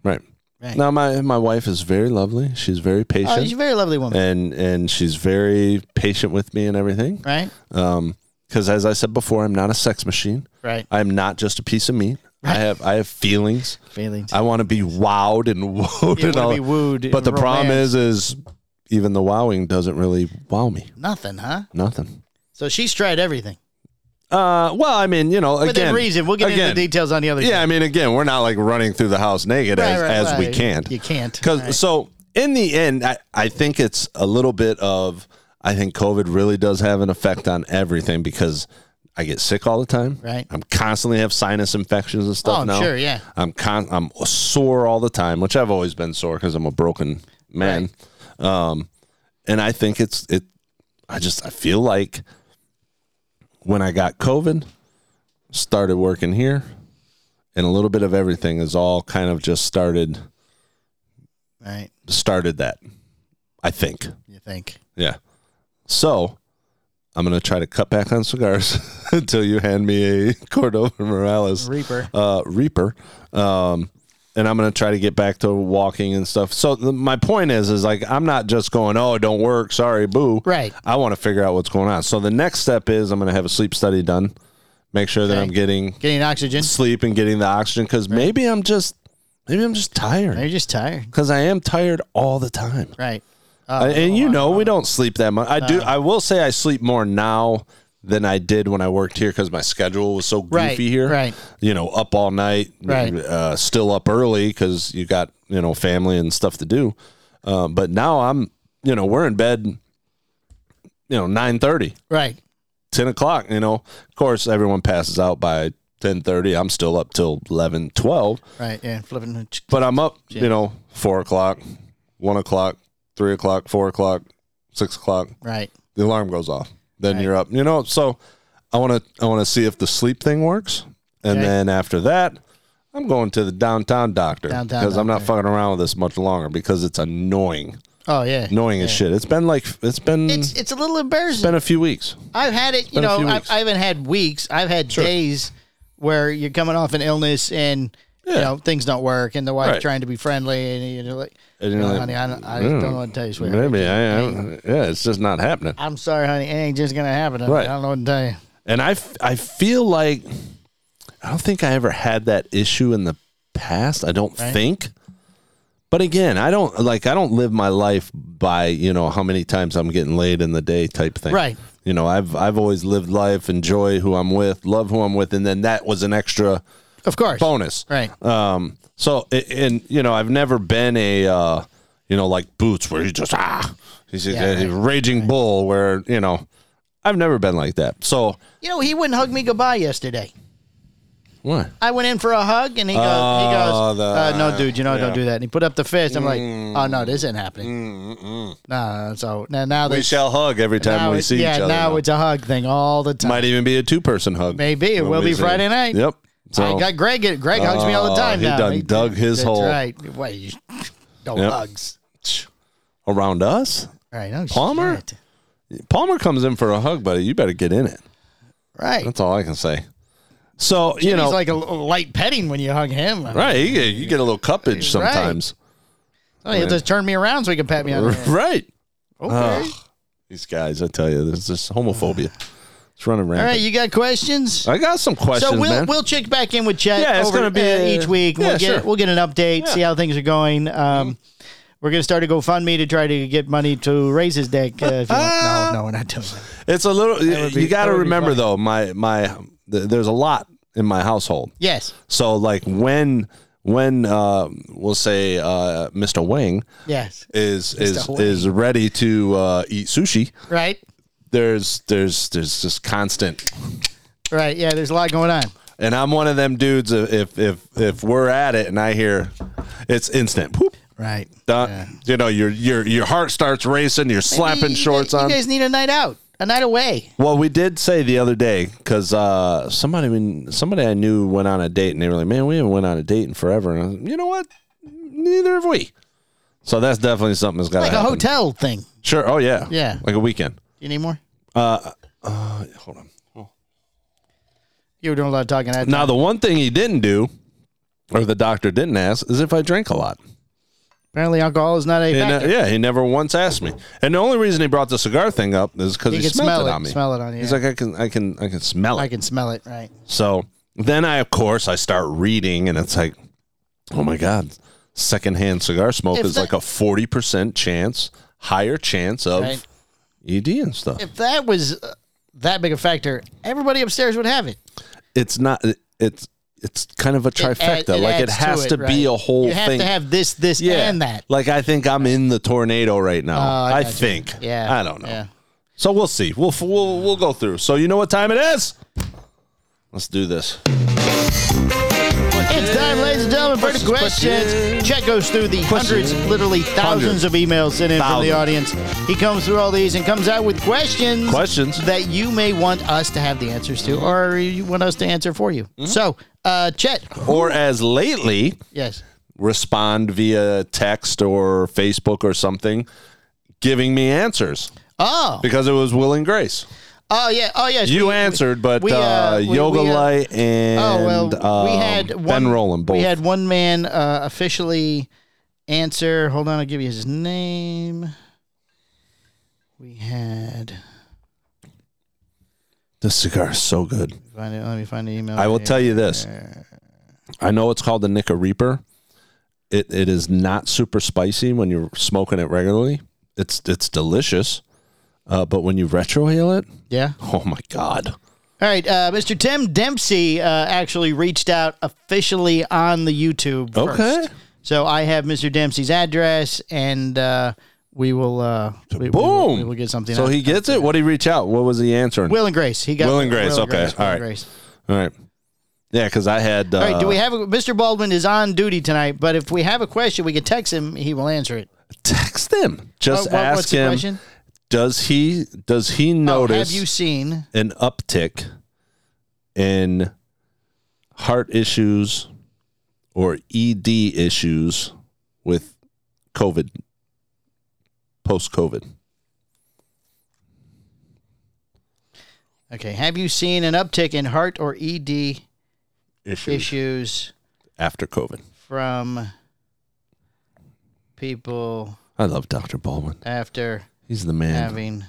right
Right.
now my my wife is very lovely she's very patient
Oh, she's a very lovely woman.
and and she's very patient with me and everything.
Right.
Um, because as I said before, I'm not a sex machine.
Right.
I'm not just a piece of meat. I have I have feelings.
Feelings.
I want to be wowed and wooed.
You
and
wanna
all-
be wooed
But
and
the problem
romance.
is, is even the wowing doesn't really wow me.
Nothing, huh?
Nothing.
So she's tried everything.
Uh, well, I mean, you know,
Within
again,
reason. We'll get
again,
into the details on the other
Yeah, I mean, again, we're not like running through the house naked
Right,
as,
right,
as we
right.
can't.
You can't.
Because
Right.
so in the end, I, I think it's a little bit of I think COVID really does have an effect on everything because I get sick all the time.
Right.
I'm constantly have sinus infections and stuff
Oh, I'm
now.
sure, yeah.
I'm con- I'm sore all the time, which I've always been sore because I'm a broken man. Um, and I think it's it. I just I feel like when I got COVID, started working here, and a little bit of everything is all kind of just started
Right.
started that. I think.
You think.
Yeah. So I'm gonna try to cut back on cigars until you hand me a Cordova Morales
Reaper.
Uh, Reaper. Um, and I'm gonna try to get back to walking and stuff. So the, my point is, is like I'm not just going, oh, it don't work, sorry, boo.
Right.
I want to figure out what's going on. So the next step is I'm gonna have a sleep study done, make sure that
Okay.
I'm getting
Getting oxygen.
sleep and getting the oxygen because maybe I'm just Maybe I'm just tired
You're just tired.
because I am tired all the time.
Right.
Uh, and you know, we don't sleep that much. I do. I will say I sleep more now than I did when I worked here because my schedule was so goofy
Right,
here.
right.
You know, up all night.
Right.
Uh, still up early because you got you know family and stuff to do. Uh, but now I'm you know we're in bed. You know, nine thirty.
Right.
10 o'clock you know of course everyone passes out by 10.30 i'm still up till 11 12
Right. Yeah. Flipping. the-
but i'm up you know 4 o'clock 1 o'clock 3 o'clock 4 o'clock 6 o'clock
Right.
the alarm goes off then you're up you know so i want to i want to see if the sleep thing works and
Okay.
then after that i'm going to the downtown doctor
Downtown
because i'm not
doctor.
fucking around with this much longer because it's annoying
Oh yeah.
annoying as shit it's been like it's been
It's
it's
it's a little embarrassing.
been a few weeks
I've had it, you
been a
know,
few
I,
weeks.
I haven't had weeks. I've had days where you're coming off an illness and, you
Yeah.
know, things don't work and the wife's
Right.
trying to be friendly and you're like,
And
you
you're
know,
like, "Mm,
honey, I, don't- I just don't know what to tell you, sweetheart.
maybe I, I yeah it's just not happening
I'm sorry, honey. It ain't just going to happen. honey.
Right.
I don't know what to tell you.
And I, f- I feel like I don't think I ever had that issue in the past. I don't think. But again, I don't like I don't live my life by, you know, how many times I'm getting laid in the day type thing.
Right.
You know, I've I've always lived life, enjoy who I'm with, love who I'm with, and then that was an extra
Of course.
bonus.
Right.
Um so a- and you know, I've never been a uh you know, like boots where you just ah he's
Yeah,
a, a raging bull where, you know, I've never been like that. So
You know, he wouldn't hug me goodbye yesterday.
what?
I went in for a hug and he goes, he
Oh,
goes
the-
uh, no, dude, you know,
yeah. Mm.
don't do that. And he put up the fist. I'm like, oh, no, this ain't happening. No, so now, now
We
there's-
shall hug every time
now
we
it-
see
yeah,
each other.
now
now.
it's a hug thing all the time.
Might even be a two-person hug.
Maybe. It
when
will
we
be
see
Friday night.
Yep.
I got Greg. Greg hugs me all the
Oh,
time
he
now.
done dug his
that's
hole.
Right. Wait. No
Yep.
hugs.
around us.
All right. No
Palmer?
shit.
Palmer comes in for a hug, buddy. You better get in it.
Right.
That's all I can say. So you
He's
know,
like a l- light petting when you hug him.
right? You get, you get a little cuppage sometimes.
Oh, He'll just turn me around so he can pat me on the
Right. Uh,
head. Okay.
These guys, I tell you, there's this homophobia. It's running
all
rampant.
right. You got questions?
I got some questions,
so we'll
man.
we'll check back in with Chet
Yeah, it's
over
gonna be
uh,
a-
each week. and
yeah,
we'll get
sure.
we'll get an update, see how things are going. Um, we're gonna start a GoFundMe to try to get money to raise his deck. Uh, if you
Ah.
want. No, no, we're not doing that.
it's a little.
be-
you got to
that would be
remember
funny.
though, my my. th- There's a lot in my household.
Yes.
So like when when uh, we'll say uh, Mr. Wang
Yes.
is is
Wang.
is ready to uh, eat sushi,
Right.
there's there's there's just constant.
Right. Yeah. There's a lot going on.
And I'm one of them dudes. uh, If if if we're at it, and I hear it's instant. Poop.
Right.
Dun. You know your your your heart starts racing. You're slapping
You- you
shorts
guys-
on.
You guys need a night out, a night away.
Well, we did say the other day because uh, somebody we- somebody I knew went on a date, and they were like, "Man, we haven't went on a date in forever." And I was, you know what? Neither have we. So that's definitely something that's got
Like
to happen.
a hotel thing.
Sure. Oh yeah.
Yeah.
Like a weekend.
You need more?
Hold on.
You were doing a lot of talking. That
Now the one thing he didn't do, or the doctor didn't ask, is if I drank a lot.
Apparently, alcohol is not a
And,
factor.
uh, yeah, he never once asked me. And the only reason he brought the cigar thing up is because
You
he,
can
smelled
smell
it,
it-
on me.
smell it on you,
He's
yeah.
like, I can, I can, I can smell it.
I can smell it. Right.
So then I, of course, I start reading, and it's like, oh my god, secondhand cigar smoke
If
is
that-
like a forty percent chance, higher chance of
Right.
ED and stuff.
If that was uh, that big a factor, everybody upstairs would have it.
it's not. it- it's it's kind of a
It add-
trifecta. like it
adds
has to,
it,
be
right.
a whole
You have
thing.
to have this, this, and that. Oh,
Like I think I'm in the tornado right now.
I
I,
got you.
think.
Yeah.
I don't know.
Yeah.
So we'll see. We'll we'll we'll go through. So you know what time it is? Let's do this.
It's time, ladies and gentlemen, for the questions. Chet goes through the hundreds, literally
Hundreds.
thousands of emails sent in from the
Thousands.
audience. He comes through all these and comes out with questions.
Questions.
that you may want us to have the answers to, or you want us to answer for you.
Hmm?
So, uh, Chet,
Or as lately,
yes,
respond via text or Facebook or something, giving me answers
oh,
because it was Will and Grace.
oh yeah, oh yes,
You
we- we-
answered, but
we,
uh,
we-
Yoga
we, uh,
Light and
Oh well, we
um,
had one,
Ben Roland both.
We had one man uh, officially answer. Hold on, I'll give you his name. We had.
this cigar is so good.
Find it, let me find the email.
I will
here.
tell you this. I know it's called the Nica Reaper, It it is not super spicy when you're smoking it regularly. It's it's delicious, uh, but when you retrohale it,
Yeah.
oh my god,
All right, uh, Mr. Tim Dempsey uh, actually reached out officially on the YouTube. First.
Okay.
So I have Mr. Dempsey's address, and uh, we will. Uh, we- we, will-
boom!
We will, get something.
So
out.
he gets it. What did he reach out? What was he answering?
Will and Grace. He got
Will and Grace, okay, all
and
right. All right, yeah, because I had. Uh,
All right. Do we have a, Mr. Baldwin is on duty tonight? But if we have a question, we can text him. He will answer it.
text him? Just
What- what-
ask
what's the
him.
question?
Does he does he
Oh,
notice?
have you seen?
an uptick in heart issues or ED issues with COVID, post COVID.
Okay. Have you seen an uptick in heart or ED issues
After COVID.
from people
I love Dr. Baldwin.
after?
He's the man.
having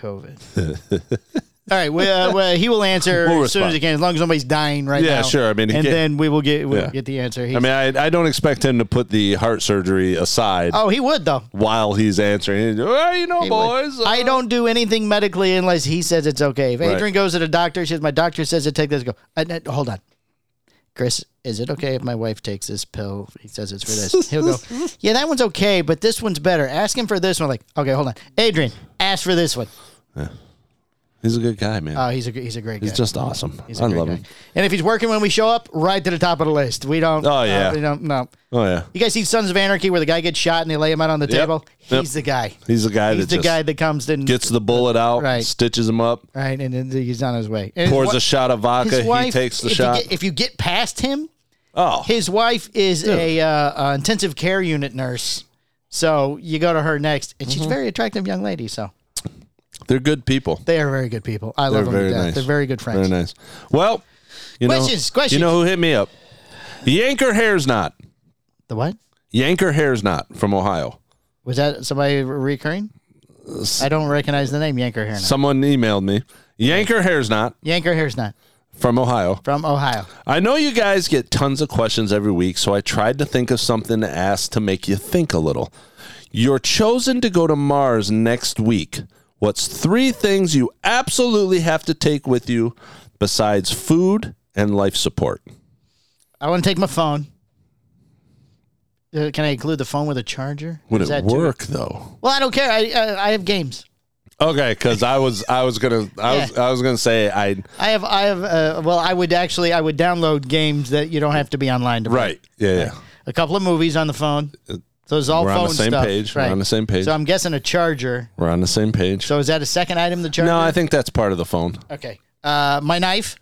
COVID. All right, well, uh, well, he will answer
We'll
as soon
respond.
as he can, as long as nobody's dying right now.
Yeah, sure, I mean,
and
get-
then we will get we'll
Yeah.
get the answer. He's,
I mean, I, I don't expect him to put the heart surgery aside
oh, he would though.
while he's answering. Well, you know,
He would.
boys.
I
uh,
don't do anything medically unless he says it's okay. If
Right.
Adrian goes to the doctor, she says my doctor says to take this. Go, I, I- hold on, Chris. Is it okay if my wife takes this pill? He says it's for this. He'll go, yeah, that one's okay, but this one's better. Ask him for this one. Like, okay, hold on, Adrian, ask for this one.
He's a good guy, man.
Oh, he's a he's a great guy.
he's just awesome.
He's a
I
great
love
guy.
him.
And if he's working when we show up, right to the top of the list. We don't.
Oh,
uh,
yeah.
we don't. No.
Oh, yeah.
You guys see Sons of Anarchy where the guy gets shot and they lay him out on the
Yep.
table?
Yep.
He's the guy.
He's the guy
He's
that
the
just
guy that comes and
gets the bullet out,
Right.
stitches him up,
right, and then he's on his way. And
pours
his,
a shot of
wi-
vodka.
his wife,
he takes the
if
shot.
You get, if you get past him,
oh,
his wife is a uh, uh, intensive care unit nurse, so you go to her next, and
Mm-hmm.
she's a very attractive young lady. So
they're good people.
they are very good people. I
They're
love them. to
very
death.
nice.
They're very good friends.
Very nice. Well, you
Questions,
know,
questions.
You know who hit me up? Yanker Hair's Knot.
The what?
Yanker Hair's Knot from Ohio.
Was that somebody re- recurring? I don't recognize the name Yanker Hair. Knot.
Someone emailed me. Yanker Hair's Knot
Yanker Hair's not
from Ohio.
from Ohio.
I know you guys get tons of questions every week, so I tried to think of something to ask to make you think a little. You're chosen to go to Mars next week. What's three things you absolutely have to take with you besides food and life support?
I want to take my phone. Uh, can I include the phone with a charger?
Would
Does
it
do
work though?
Well, I don't care. I uh, I have games.
Okay, because I was I was gonna I was
Yeah.
I was gonna say I
I have I have. Uh, well, I would actually I would download games that you don't have to be online to play.
right yeah yeah
A couple of movies on the phone. So it's all
we're on
phone
the same
stuff.
page. We're on the same page.
So I'm guessing a charger.
we're on the same page.
So is that a second item? The charger.
no, I think that's part of the phone.
okay. Uh, my knife.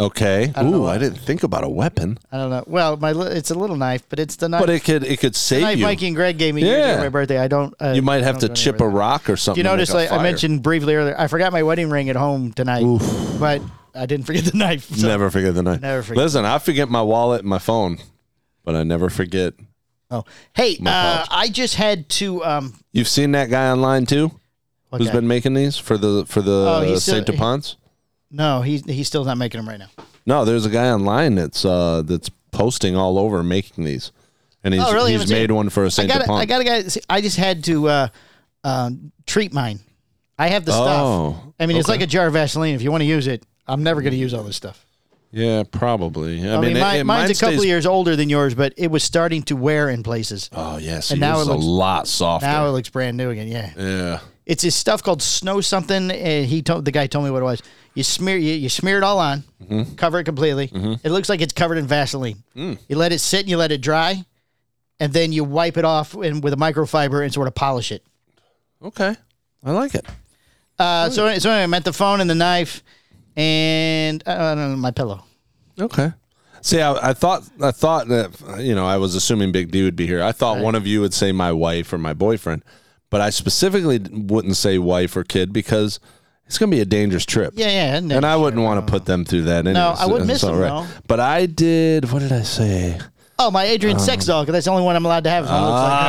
Okay.
don't know
Ooh,
why.
I didn't think about a weapon,
I don't know. Well, my li- it's a little knife, but it's the knife.
but it could it could
knife
save you.
Mikey and Greg gave me years
Yeah.
ago for my birthday. I don't. Uh,
you might have
I
to
don't go
chip
anywhere.
a rock or something.
You
to
notice,
make
like
a
I
fire.
mentioned briefly earlier, I forgot my wedding ring at home tonight, but I didn't forget the knife. So
never forget the night.
Never forget.
Listen, I forget my wallet and my phone, but I never forget.
Oh, hey, uh,
apologies.
I just had to. Um,
You've seen that guy online too,
what
who's
guy?
been making these for the for
Oh,
the
he's still-
Saint Duponts.
no, he's he's still not making them right now.
No, there's a guy online that's uh that's posting all over making these, and he's,
Oh, really?
he's
Haven't seen
made
it.
one for a
I
Saint
got I
Dupont.
got a guy. see, I just had to uh, um, treat mine. I have the stuff.
Oh,
I mean, it's
okay.
like a jar of Vaseline. If you want to use it, I'm never going to use all this stuff.
Yeah, probably. I,
I mean,
mean, it-
mine,
it-
mine's
mine
a couple
stays-
years older than yours, but it was starting to wear in places.
Oh yes,
And
now
now
it
it looks-
a lot softer.
Now it looks brand new again. Yeah.
yeah,
It's this stuff called snow something. And he told the guy told me what it was. You smear you, you smear it all on,
Mm-hmm.
cover it completely. It looks like it's covered in Vaseline.
Mm.
You let it sit and you let it dry, and then you wipe it off and with a microfiber and sort of polish it.
okay, I like it.
Uh, so so anyway, I meant the phone and the knife, and uh, I don't know, my pillow.
Okay. See, I, I thought I thought that you know I was assuming Big D would be here. I thought one of you would say my wife or my boyfriend, but I specifically wouldn't say wife or kid because it's going to be a dangerous trip.
Yeah, yeah. And,
And I wouldn't want to put them through that. Anyways.
I wouldn't miss
It's all
them,
right.
though.
But I did. What did I Uh. say?
oh my Adrian sex doll. 'cause that's the only one I'm allowed to have. is one that looks like her.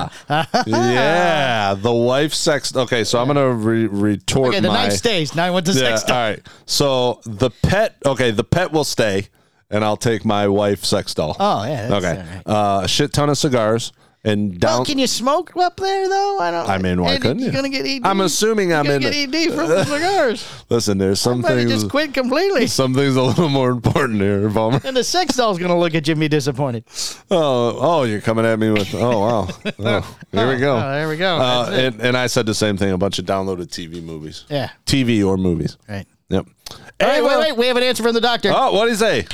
Ah, ah. yeah. The wife sex. Okay, so I'm gonna re- retort
okay, the
my.
knife stays. Now I want the
yeah,
sex doll.
all right. So the pet. Okay, the pet will stay, and I'll take my wife sex doll.
Oh, yeah, that's
okay.
all right.
Uh, a shit ton of cigars and down.
Well, can you smoke up there though? I don't.
I mean, why
Andy,
couldn't
You're
you?
gonna get ED.
I'm assuming
You're
I'm
gonna
in
get ED from the cigars.
Listen, there's some
Somebody
things.
just quit completely.
Some things a little more important here, Palmer.
And the sex doll's gonna look at you and be disappointed.
Oh, oh, you're coming at me with. Oh, wow. Oh, here we go.
Oh, there we go.
Uh,
That's it.
and, and I said the same thing. A bunch of downloaded TV movies.
Yeah.
TV or movies.
Right.
Yep.
All right,
Hey,
wait,
well-
wait. We have an answer from the doctor.
Oh, what did he say?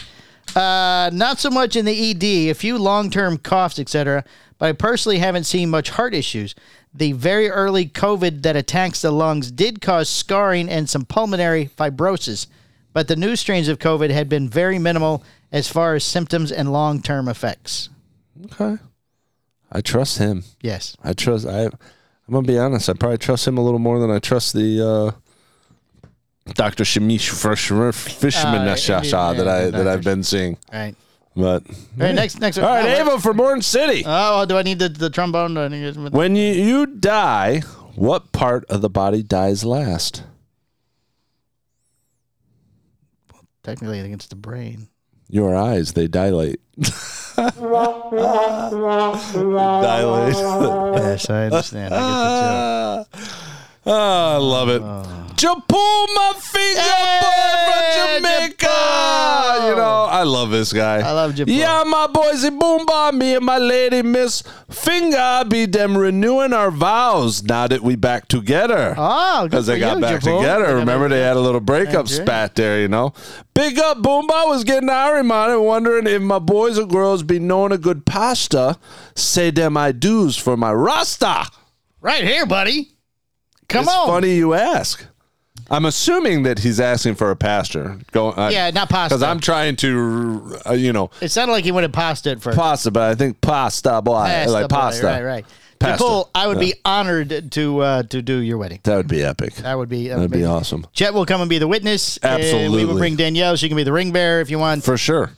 Uh, not so much in the ED, a few long-term coughs, etc. But I personally haven't seen much heart issues. The very early COVID that attacks the lungs did cause scarring and some pulmonary fibrosis, but the new strains of COVID had been very minimal as far as symptoms and long-term effects.
Okay. I trust him.
Yes.
I trust. I. I'm gonna be honest. I probably trust him a little more than I trust the uh, Doctor Shamish Freshman Fishman
Uh,
Shasha
yeah,
that I
yeah,
that I've been seeing.
All right.
But
All right. Next. Next.
all right,
oh,
Ava from Orange City.
Oh, do I need the, the trombone? Do I need
When you, you die, what part of the body dies last?
technically against the brain.
Your eyes, they dilate. dilate.
Yes, I understand. I get
Ah, I love it.
Ah.
Japul, my finger
Hey,
boy from Jamaica.
Japul.
You know, I love this guy.
I love Japul.
Yeah, my boys, Boomba, me and my lady Miss Finger be them renewing our vows now that we back together.
Oh, good
because
for
they got
you,
back
Japul.
together.
They got
Remember,
back
they had a little breakup
Thank you.
spat there. You know, big up Boomba was getting our reminder, wondering if my boys or girls be knowing a good pasta. Say them I do's for my Rasta.
Right here, buddy. Come
It's
on.
funny you ask. I'm assuming that he's asking for a pastor. Go,
Yeah, not pasta.
Because I'm trying to, uh, you know,
It sounded like he wanted pasta at first.
pasta, but I think pasta boy,
Pasta,
like
boy,
pasta.
Right, right.
Pasta.
Nicole, I would be honored to uh, to do your wedding.
That would be epic.
That would be that
That'd
would
be
be
awesome
Chet will come and be the witness. and we will
Absolutely.
bring Danielle. She can be the ring bearer if you want.
for sure.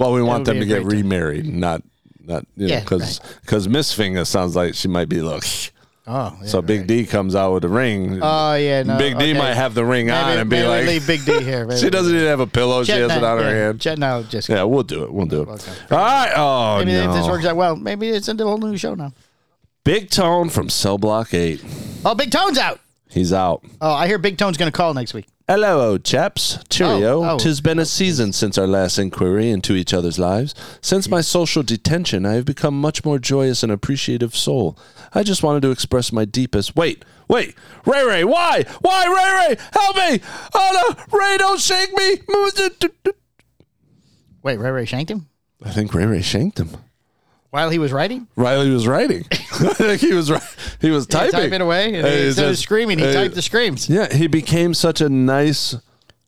Well, we want
would
them to
be a
get
great time.
remarried, not not you know
Yeah,
because because Miss Finger sounds like she might be look.
oh, yeah,
So Big
right.
D comes out with a ring.
Oh yeah, no,
Big D
okay.
might have the ring
Maybe-
on and be
maybe we
like,
leave Big D here. Maybe
she
we
doesn't even have a pillow.
Chet
she has
and
it
I-
on
yeah,
her hand.
Chet, no, just
Yeah, we'll do it. We'll do it. All right. Oh,
maybe
no.
if this works out well, maybe it's a whole new show now.
Big Tone from Cell Block 8.
Oh, Big Tone's out.
He's out.
Oh, I hear Big Tone's going to call next week.
Hello, old chaps. Cheerio.
Oh, oh.
Tis been a season since our last inquiry into each other's lives. Since my social detention, I have become much more joyous and appreciative soul. I just wanted to express my deepest. Wait, wait, Ray Ray, why? Why, Ray Ray? Help me! Oh no, Ray, don't shake me!
Wait, Ray Ray shanked him
I think Ray Ray shanked him.
while he was writing.
Riley was writing. I think he was ri- he was
Yeah,
typing.
type it away. And
Uh,
he-
he
instead of
says-
screaming, he
uh,
typed the screams.
Yeah, he became such a nice,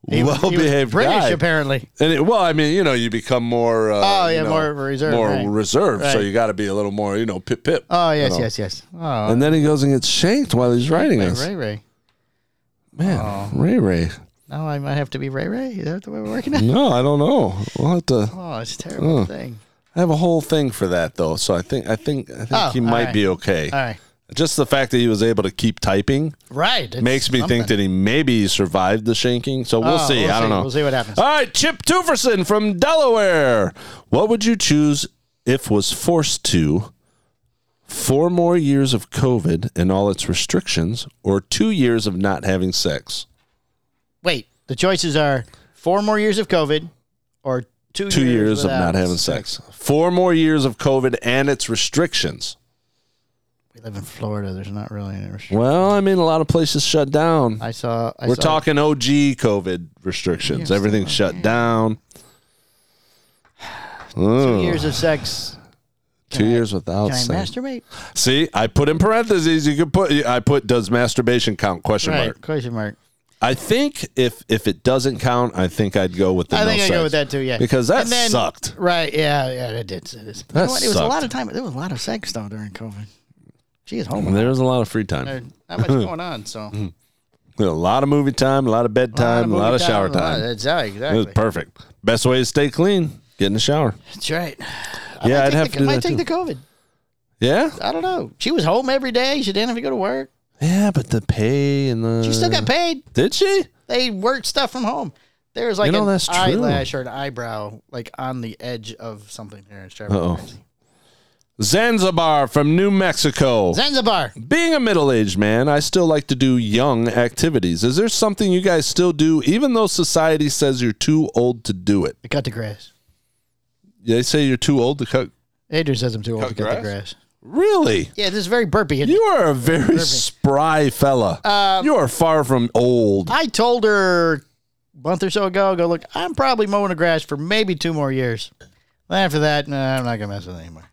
He was- he was
well-behaved
British,
guy.
apparently.
And it, well, I mean, you know, you become more. Uh,
Oh, yeah,
you know,
more reserved,
More
right.
reserved. So
Right.
you got to be a little more, you know, pip pip.
Oh yes,
you know.
yes, yes. Oh,
And then he goes and gets shanked while he's writing
Ray
us.
Ray Oh. Ray.
Man, Ray Ray.
Now I might have to be Ray Ray. Is that the way we're working it?
No, I don't know. We'll have to.
Oh, it's a terrible thing.
I have a whole thing for that though. So I think I think I think
Oh,
he
all
might
right.
be okay.
All right,
Just the fact that he was able to keep typing.
right. it's
makes me think
something.
that he maybe survived the shanking. So we'll
Oh,
see.
we'll
I don't
see.
know.
We'll see what happens.
All right, Chip Tuferson from Delaware. What would you choose if was forced to four more years of COVID and all its restrictions, or two years of not having sex?
Wait, the choices are four more years of COVID, or two
Two years, of
without
not having sex. Four more years of COVID and its restrictions.
We live in Florida. There's not really any restrictions.
Well, I mean, a lot of places shut down.
I saw. I
Mm. We're
saw-
talking OG COVID restrictions. Everything's shut down.
two years of sex.
Two years without
Can I
sex.
masturbate?
See, I put in parentheses. You could put. I put. Does masturbation count? Question
Right.
mark.
Question mark.
I think if if it doesn't count, I think I'd go with the.
I
no
think I
sex.
go with that too. Yeah,
Because that
And then-
sucked.
Right? Yeah, yeah, it did. It, is. You
That
know what? it was a
sucked.
lot of time. There was a lot of sex though during COVID. She is home.
There was a lot of free
There's
time.
not much going on. So
A lot of movie time. A lot of bedtime. Mm-hmm. A lot of,
movie
shower
a lot-
time.
That's right,
It was
exactly.
perfect. Best way to stay clean: get in the shower.
That's right.
yeah,
I
I'd have
the,
to do
might
that
take
too.
the COVID.
yeah,
I don't know. She was home every day. She didn't have to go to work.
yeah, but the pay and the. Uh.
She still got paid.
Did she?
They worked stuff from home. There's like
You know,
an
that's true.
eyelash or an eyebrow like on the edge of something here. It's driving me
Uh-oh.
crazy.
Zanzibar from New Mexico.
Zanzibar.
Being a middle aged man, I still like to do young activities. Is there something you guys still do, even though society says you're too old to do it?
I cut the grass.
They say you're too old to cut.
Adrian says I'm too old
Cut
to cut the
grass?
grass.
Really?
Yeah, this is very burpy.
You are a very spry fella.
Um,
you are far from old.
I told her a month or so ago, go look, I'm probably mowing the grass for maybe two more years. After that, no, I'm not gonna mess with it anymore.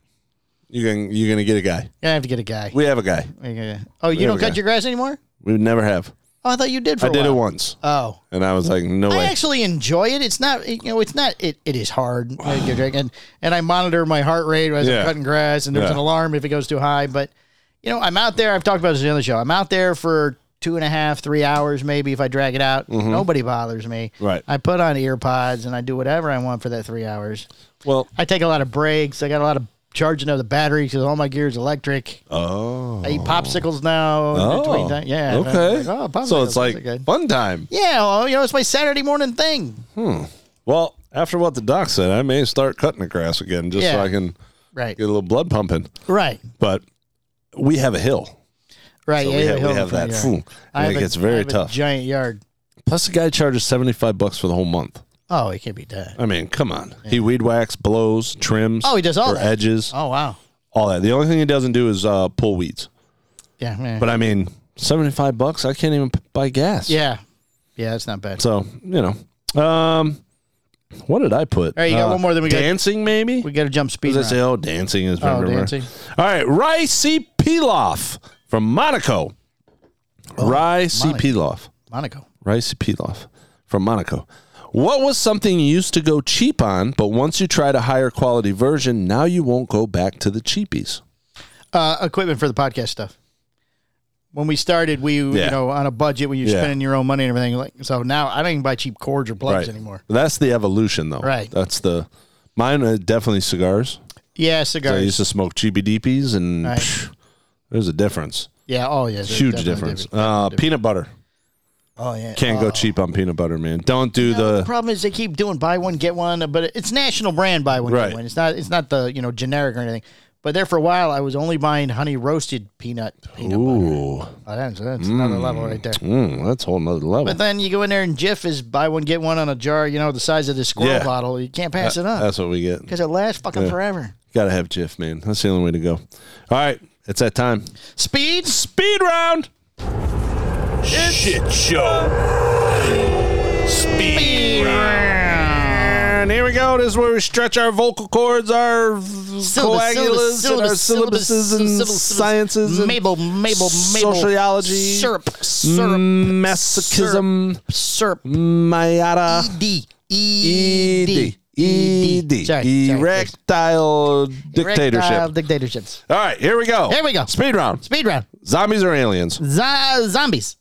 You're going you're gonna get a guy.
I have to get a guy.
We have a guy.
Yeah. Oh, you don't
have a
cut
guy.
your grass anymore?
We never have.
Oh, I thought you did. For
I
a
did it
while.
once,
Oh,
and I was like, no
I
way.
actually enjoy it. It's not, you know, it's not. It, it is hard, and and I monitor my heart rate as
Yeah.
I'm cutting grass, and there's
Yeah.
an alarm if it goes too high. But you know, I'm out there. I've talked about this on the other show. I'm out there for two and a half, three hours, maybe if I drag it out. Nobody bothers me.
Mm-hmm. Right.
I put on ear pods and I do whatever I want for that three hours.
well,
I take a lot of breaks. I got a lot of charging of the battery because all my gear is electric.
oh,
I eat popsicles now. in between
oh,
time. yeah. And I'm
okay.
like, oh,
so it's
popsicles, those are
like
good.
fun time.
Yeah, well, you know, it's my Saturday morning thing.
Well, after what the doc said, I may start cutting the grass again just so
Yeah.
I can
Right.
get a little blood pumping.
Right.
But we have a hill.
Right.
So
yeah,
we
yeah,
have,
hill
we
in
have
front
that.
of
phew,
yard.
and
I
it
have a-
gets
I
very
have a
tough.
giant yard.
Plus, the guy charges 75 bucks for the whole month.
Oh, it can't be done.
I mean, come on. He weed whacks, blows, trims.
Oh, he does all
or
that.
edges,
Oh wow.
all that. The only thing he doesn't do is uh, pull weeds.
Yeah. Man.
But I mean, 75 bucks, I can't even p- buy gas.
yeah. Yeah, that's not bad.
So, you know. Um, what did I put? Uh,
All right, you got one more, then we got-
Dancing, maybe?
we got to jump speed.
Because I
round.
say, oh, dancing is
Oh,
very rare.
dancing.
All right, Ricey Pilaf from Monaco.
Oh,
Ricey
Monaco.
Pilaf.
Monaco.
Ricey Pilaf from Monaco. What was something you used to go cheap on, but once you tried a higher quality version, now you won't go back to the cheapies?
Uh, equipment for the podcast stuff. When we started, we
Yeah.
you know on a budget when you're
Yeah.
spending your own money and everything. Like so now, I don't even buy cheap cords or plugs anymore.
That's the evolution, though.
Right.
That's the. Mine are definitely cigars.
Yeah,
I
cigars.
used to smoke GBDPs, and
Right.
phew, there's a difference.
yeah. Oh yeah. there's
Huge
definitely
difference.
different-
Uh, peanut butter.
oh yeah.
Can't
Oh.
go cheap on peanut butter, man. Don't do
No,
the.
the problem is they keep doing buy one get one, but it's national brand buy one
Right.
get one. It's not it's not the you know generic or anything. But there for a while, I was only buying honey roasted peanut peanut butter.
Ooh.
Oh, that's that's another level right there.
Mm, that's a whole nother level.
But then you go in there and Jif is buy one get one on a jar, you know, the size of this squirrel
Yeah.
bottle. You can't pass it up
That's what we get.
because it lasts fucking forever.
Gotta have Jif, man. That's the only way to go. All right, it's that time.
Speed.
Speed round. Shit show. Speed round. Here we go. This is where we stretch our vocal cords, our coagulas, and our syllabuses and
syllabus,
sciences, and
Mabel, Mabel, Mabel.
sociology,
Syrup, syrup,
masochism,
syrup, syrup.
myata,
D. E.
ed,
D.
ed,
Sorry, sorry.
E erectile
Erectile
dictatorship.
Dictatorships.
All right, here we go.
Here we go.
Speed round.
Speed round.
Zombies or aliens?
Z- zombies.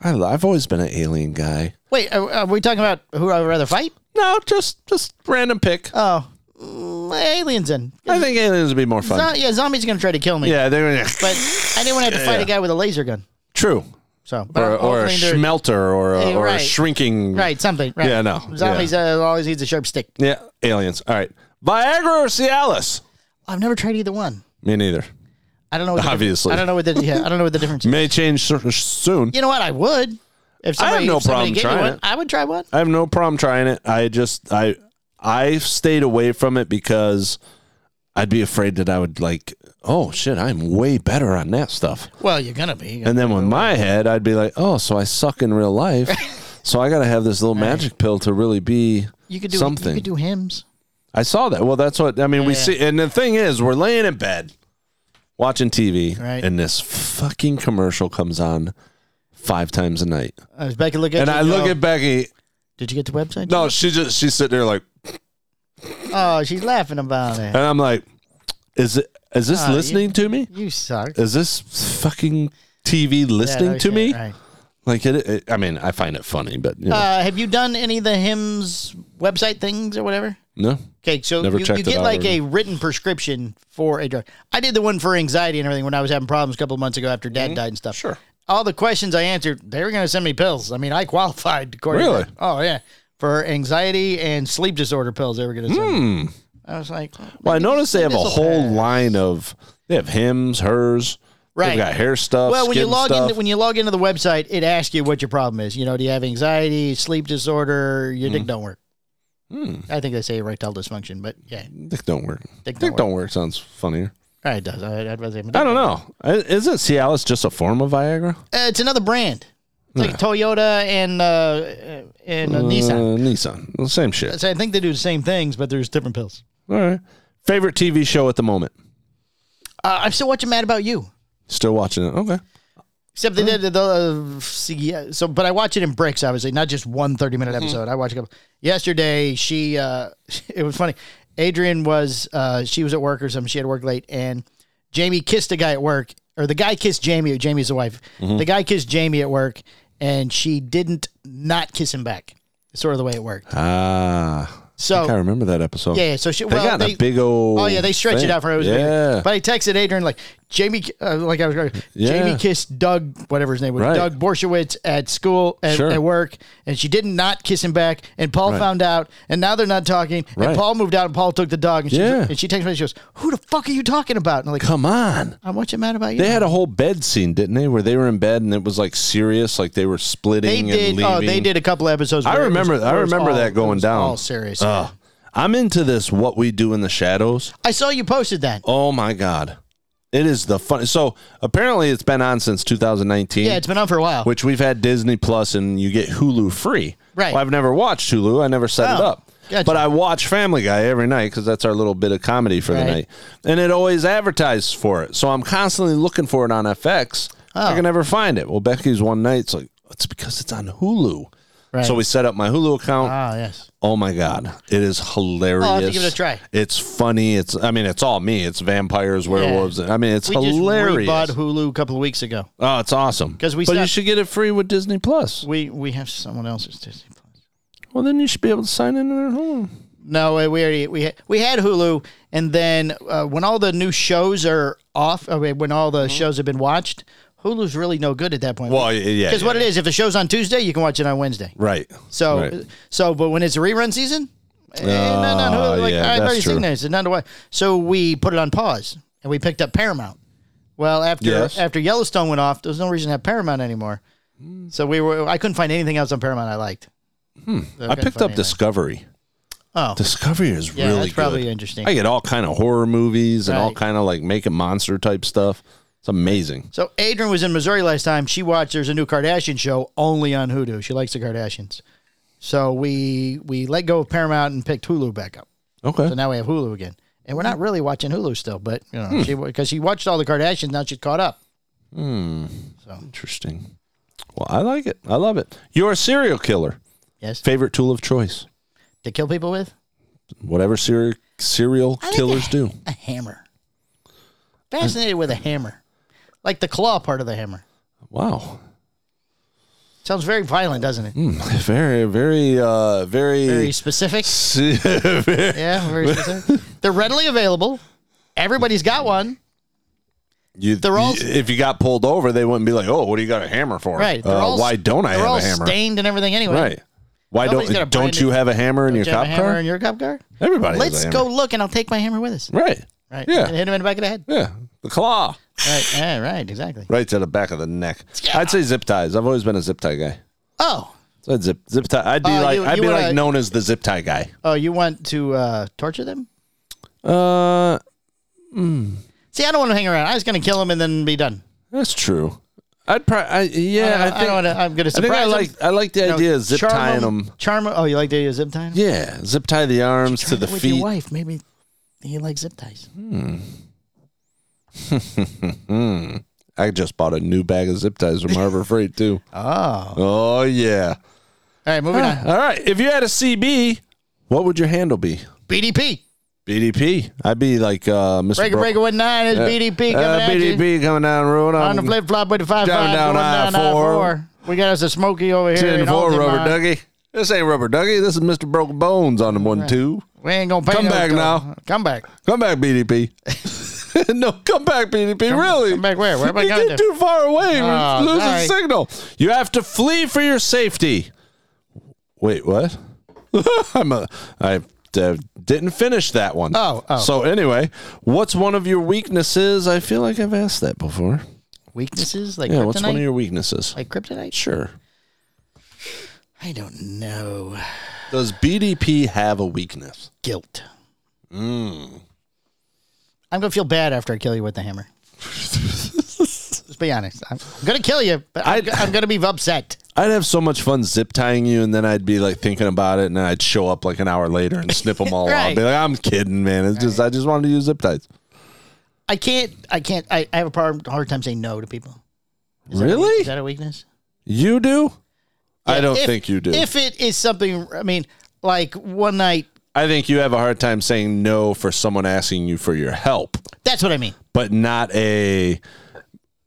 I, don't know. I've always been an alien guy.
Wait, are, are we talking about who I would rather fight?
No, just just random pick.
Oh, mm, aliens in.
I think aliens would be more fun.
Zo- yeah, zombies are gonna try to kill me.
yeah, they're gonna-
But I didn't want to have to fight a guy with a laser gun.
true.
So, but
Or, or a
hopefully they're-
schmelter or a,
Yeah,
or a
right.
shrinking.
right, something. Right.
Yeah, no,
Zombies uh, always needs a sharp stick.
Yeah, aliens. All right. Viagra or Cialis?
I've never tried either one.
Me neither.
I don't know. What the diff-
Obviously.
I don't know what the yeah, I don't know what the difference. is.
May change so- soon.
You know what? I would. If
I have
somebody,
no
if somebody
problem
gave me
trying
one,
it.
I would try one.
I have no problem trying it. I just I I stayed away from it because I'd be afraid that I would like, oh shit, I'm way better on that stuff.
Well, you're gonna be.
And then with my head, I'd be like, oh, so I suck in real life. so I got to have this little magic pill to really be
you could do
something.
You could do hymns.
I saw that. Well, that's what, I mean, we
Yeah.
see. And the thing is, we're laying in bed watching TV,
Right.
and this fucking commercial comes on five times a night.
I was back and Uh, look
and
at. you
I look
go,
at Becky.
Did you get the website?
No, she just, she's sitting there like,
Oh, she's laughing about it.
and I'm like, is it, is this
Ah, you-
listening to me?
You suck.
Is this fucking TV listening
Yeah,
to
okay,
me?
right.
Like, it, it, I mean, I find it funny, but you know,
Uh, have you done any of the hymns website things or whatever?
no.
Okay, so
Never
you,
checked
you
it
get
out
like
or-
a written prescription for a drug. I did the one for anxiety and everything when I was having problems a couple of months ago after Dad died and stuff.
Mm-hmm. Sure.
all the questions I answered, they were going to send me pills. I mean, I qualified. According to
Really?
them. oh yeah, for anxiety and sleep disorder pills they were going to send. me.
Hmm.
I was like,
Well, I noticed they have a
this'll
whole
pass.
line of they have hymns, hers.
Right.
They've got hair stuff.
Well, when you
skin
log
stuff.
in, when you log into the website, it asks you what your problem is. You know, do you have anxiety, sleep disorder, your
Hmm.
dick don't work. I think they say erectile dysfunction, but yeah,
Dick don't work.
Dick
Dick,
don't
don't, work. sounds funnier.
all right, it does. I, I'd rather say
I don't know. I- Isn't Cialis just a form of Viagra?
Uh, it's another brand. It's like Toyota and uh, uh, and uh, Nissan.
Uh, Nissan. Well, same shit.
So I think they do the same things, but there's different pills.
All right. Favorite TV show at the moment?
Uh, I'm still watching Mad About You,
Still watching it. Okay.
except they
Hmm.
did the, the uh, see, so. But I watch it in breaks, obviously, not just one 30
Mm-hmm.
minute episode. I watch a couple. Yesterday, she uh, it was funny. Adrian was uh, she was at work or something. She had to work late, and Jamie kissed a guy at work, or the guy kissed Jamie. Jamie's the wife.
Mm-hmm.
The guy kissed Jamie at work, and she didn't not kiss him back. Sort of the way it worked.
Ah.
So-
I, think I remember that episode.
Yeah, yeah, so she-
they
well,
got in
they-
a big old.
Oh yeah, they stretch it
thing.
out for her. It was
yeah.
weird. But I texted Adrian like Jamie, uh, like I was going, Jamie
Yeah.
kissed Doug, whatever his name was,
Right.
Doug Borshowitz at school at,
Sure.
at work, and she did not kiss him back. And Paul
Right.
found out, and now they're not talking. And
Right.
Paul moved out, and Paul took the dog, and she,
Yeah.
and she texted me, and she goes, "Who the fuck are you talking about?" And I'm like,
Come on.
"I'm watching Mad About You."
They had a whole bed scene, didn't they? Where they were in bed and it was like serious, like they were splitting
They
and
did.
leaving.
Oh, they did a couple episodes.
I
where it
remember.
was-
I
where it was
remember
all-
that
it
going
was
down.
All serious.
Ugh. I'm into this. What we do in the shadows.
I saw you posted that.
Oh my god, it is the fun. So apparently, it's been on since 2019.
Yeah, it's been on for a while.
which we've had Disney Plus, and you get Hulu free.
Right.
Well, I've never watched Hulu. I never set it
Oh,
up.
gotcha.
But I watch Family Guy every night because that's our little bit of comedy for
Right.
the night, and it always advertises for it. So I'm constantly looking for it on FX. I
Oh.
can never find it. Well, Becky's one night. It's like it's because it's on Hulu.
Right.
So we set up my Hulu account.
Ah, yes.
Oh my god, it is hilarious.
I'll have to give it a try.
It's funny. It's I mean, it's all me. It's vampires, werewolves. I mean, it's
We
hilarious.
just bought Hulu a couple of weeks ago.
oh, it's awesome.
'Cause we
but you
set-
should get it free with Disney Plus.
We we have someone else's Disney Plus.
Well, then you should be able to sign in at home.
No, uh, we already we had, we had Hulu, and then uh, when all the new shows are off, I mean, when all
Mm-hmm.
the shows have been watched, Hulu's really no good at that point.
Well, y- yeah,
because
yeah,
what it is, if the show's on Tuesday, you can watch it on Wednesday.
Right.
So,
Right. Ah,
so, but when it's a rerun season, eh, not on Hulu. Like,
yeah,
I've
that's
already seen
true.
this. It's not a why. So we put it on pause, and we picked up Paramount. Well, after
Yes.
after Yellowstone went off, there was no reason to have Paramount anymore.
Hmm.
So we were. I couldn't find anything else on Paramount I liked. Hmm.
I picked up Discovery.
Oh.
Discovery is
Yeah,
really
that's probably
good.
interesting.
I get all kind of horror movies and all
Right.
kind of like making monster type stuff. It's amazing.
So Adrian was in Missouri last time. She watched there's a new Kardashian show only on Hulu. She likes the Kardashians. So we we let go of Paramount and picked Hulu back up.
Okay.
So now we have Hulu again. And we're not really watching Hulu still, but you know, she because she watched all the Kardashians, now she's caught up.
Interesting. Well, I like it. I love it. You're a serial killer.
Yes.
Favorite tool of choice.
To kill people with?
whatever serial serial killers do.
A hammer. Fascinated with a hammer. Like the claw part of the hammer.
Wow,
Sounds very violent, doesn't
Hmm.
it?
very very uh very,
Very specific. Yeah, very specific. They're readily available. Everybody's got one.
you,
they're all-
you- if you got pulled over, they wouldn't be like, "Oh, what do you got a hammer for?"
Right. they're
Uh,
all-
why don't I
they're all
have a hammer?
Stained and everything anyway.
Right. Why
Nobody's got
don't
a brand
don't you
new-
have a hammer in your
Do you have
cop
a hammer
car?
in your cop car?
Everybody. has a
Let's
hammer.
go look, and I'll take my hammer with us.
Right.
Right.
Yeah.
And hit him in the back of the head.
Yeah. The claw.
Right. yeah, right. Exactly.
Right to the back of the neck.
Yeah.
I'd say zip ties. I've always been a zip tie guy.
Oh.
So I'd zip zip tie. I'd be
Uh,
like
you-
I'd
you
be
wanna-
like known as the zip tie guy.
Oh, you want to uh, torture them?
Uh,
See, I don't want to hang around. I was going to kill him and then be done.
that's true. I'd probably. I, yeah,
I,
I,
don't- I
think
don't want to. I'm going to
I think
surprise
I
him,
like I like the
you know,
idea of zip
charm
tying
him-
them.
Charm. Oh, you like the idea of zip tying?
Yeah, zip tie the arms to the
with
feet. Mm-hmm.
your wife, maybe he likes zip ties.
I just bought a new bag of zip ties from Harbor Freight too. Oh, oh yeah.
All right, moving on.
All right, if you had a CB, what would your handle be?
BDP.
BDP. I'd be like uh, Mr.
Breaker
Bro-
Breaker one nine is
Uh,
BDP coming
uh,
at you.
BDP coming down the road.
on the
I'm
flip flop with the five
Driving
five
down
going down I
I-four.
four. We got us a Smokey over here.
ten
in
to four, rubber
Altamont.
Dougie. This ain't rubber Dougie. This is Mr. Broken Bones on the one two.
We ain't gonna pay
Come
no
back
toll.
now.
Come back.
Come back, BDP. no, come back, PDP. really?
come back where? Where am I
you
going
get
to?
too far away.
Oh,
We're losing
sorry.
signal. You have to flee for your safety. Wait, what? I'm a, I uh, didn't finish that one.
Oh, oh.
So anyway, what's one of your weaknesses? I feel like I've asked that before.
Weaknesses like
Yeah,
kryptonite.
what's one of your weaknesses?
like kryptonite?
Sure.
I don't know.
Does BDP have a weakness?
Guilt. Mm.
Mm.
I'm gonna feel bad after I kill you with the hammer. Let's be honest. I'm gonna kill you, but I'm,
I-
I'm gonna be upset.
I'd have so much fun zip tying you, and then I'd be like thinking about it, and then I'd show up like an hour later and snip them all off.
Right.
Be like, I'm kidding, man. It's just I just wanted to use zip ties.
I can't. I can't. I, I have a problem, hard time saying no to people. Is that a-
Really?
is that a weakness?
you do? I don't
If-
think you do.
If it is something, I mean, like one night.
I think you have a hard time saying no for someone asking you for your help,
That's what I mean.
but not a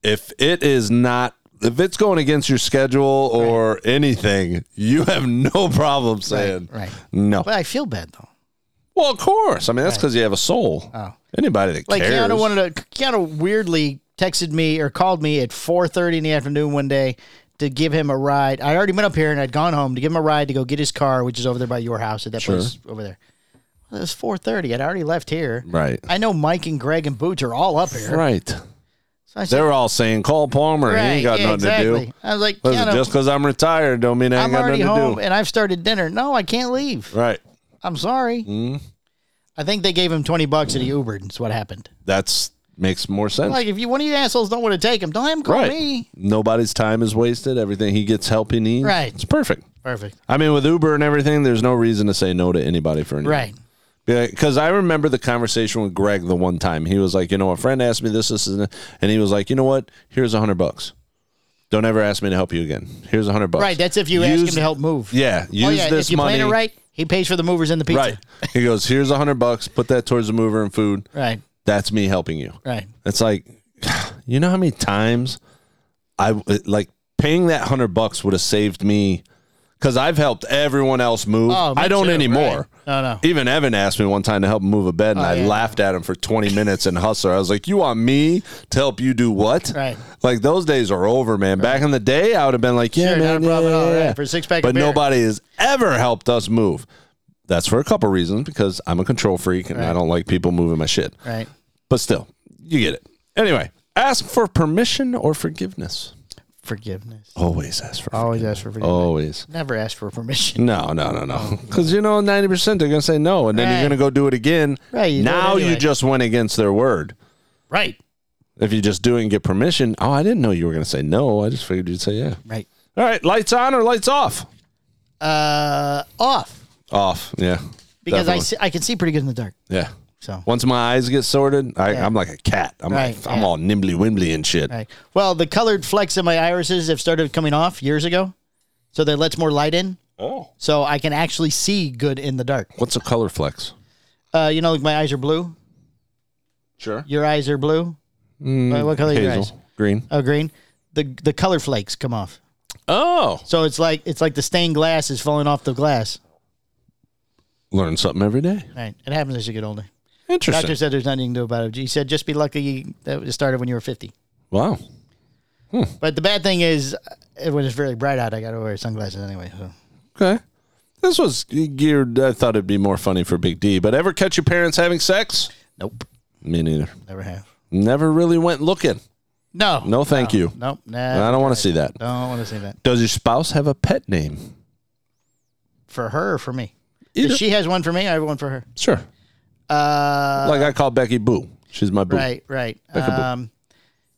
if it is not if it's going against your schedule or anything, you have no problem saying
right.
no.
But I feel bad though.
Well, of course. I mean, that's because you have a soul.
Oh.
Anybody that
Like
cares.
Keanu wanted to. Keanu weirdly texted me or called me at 4:30 in the afternoon one day to give him a ride. I already been up here and I'd gone home to give him a ride to go get his car, which is over there by your house at that place over there. Well, it was 4:30. I'd already left here.
right.
I know Mike and Greg and Boots are all up here.
Right.
So I said,
They're all saying, call Palmer. he ain't got
yeah,
nothing
exactly.
to do.
I was like,
Listen,
Keanu,
just because I'm retired don't mean I ain't
I'm
got
already
nothing
home
to
and I've started dinner. No, I can't leave.
do. Right. Mm-hmm.
I'm sorry. I think they gave him 20 bucks and he Ubered. That's what happened.
That's makes more sense.
Like, if you one of you assholes don't want to take him, don't have him call
right.
me.
Nobody's time is wasted. Everything he gets help he needs.
Right.
It's perfect.
Perfect.
I mean, with Uber and everything, there's no reason to say no to anybody for anything.
Right.
Because I remember the conversation with Greg the one time. He was like, you know, a friend asked me this, this, and that," and he was like, you know what? Here's a hundred bucks. Don't ever ask me to help you again. Here's a hundred bucks.
Right. That's if you ask him
Use-
to help move.
Yeah. Use
oh, yeah.
this
if you
money.
plan it right, he pays for the movers and the pizza.
Right. He goes, here's a hundred bucks. Put that towards the mover and food.
Right.
That's me helping you.
Right.
It's like, you know how many times I like paying that hundred bucks would have saved me because I've helped everyone else move.
Oh, me
I don't
too,
anymore.
right. No, no.
Even Evan asked me one time to help him move a bed, and I
yeah.
laughed at him for twenty minutes in Hustler. I was like, "You want me to help you do what?"
Right.
Like those days are over, man. Back in the day, I would have been like, "Yeah,
Sure, not
man,
a problem
yeah,
at all,
yeah,
right,
yeah."
for a six-pack of
But
beer.
nobody has ever helped us move. That's for a couple reasons because I'm a control freak and I
Right.
don't like people moving my shit.
Right.
But still, you get it. Anyway, ask for permission or forgiveness.
Forgiveness.
Always ask for
Always ask for forgiveness.
Always.
Never ask for permission.
No, no, no, no. Because you know, ninety percent they're gonna say no, and then
Oh. Right.
you're gonna go do it again.
Right, you do it
now you
anyway.
just went against their word.
Right.
If you just do it and get permission, oh, I didn't know you were gonna say no. I just figured you'd say yeah.
Right.
All right, lights on or lights off?
Uh, off
Off. Yeah.
because I,
definitely.
see, I can see pretty good in the dark.
yeah.
So.
Once my eyes get sorted, I, I'm like a cat. I'm
Right,
like, I'm
yeah.
all nimbly wimbly and shit.
Right. Well, the colored flecks in my irises have started coming off years ago, so that lets more light in,
Oh,
so I can actually see good in the dark.
what's a color flex?
Uh, you know, like my eyes are blue.
Sure.
Your eyes are blue. What- what color are your eyes?
Mm, Hazel, green.
Oh, green. The the color flakes come off,
Oh,
so it's like it's like the stained glass is falling off the glass.
learn something every day.
Right. It happens as you get older.
Interesting.
Doctor said there's nothing you can do about it. He said just be lucky that it started when you were 50.
wow.
But the bad thing is, uh, when it's very bright out, I got to wear sunglasses anyway. So.
Okay. This was geared. I thought it'd be more funny for Big D. But ever catch your parents having sex?
Nope.
Me neither.
Never have.
Never really went looking.
No.
No, thank you.
Nope.
I
Nah.
don't want to see that.
Don't want to say that.
Does your spouse have a pet name?
For her or for me?
Either.
She has one for me. I have one for her.
Sure.
Uh,
like I call Becky Boo. She's my boo.
right, right.
Becca Boo.
Um,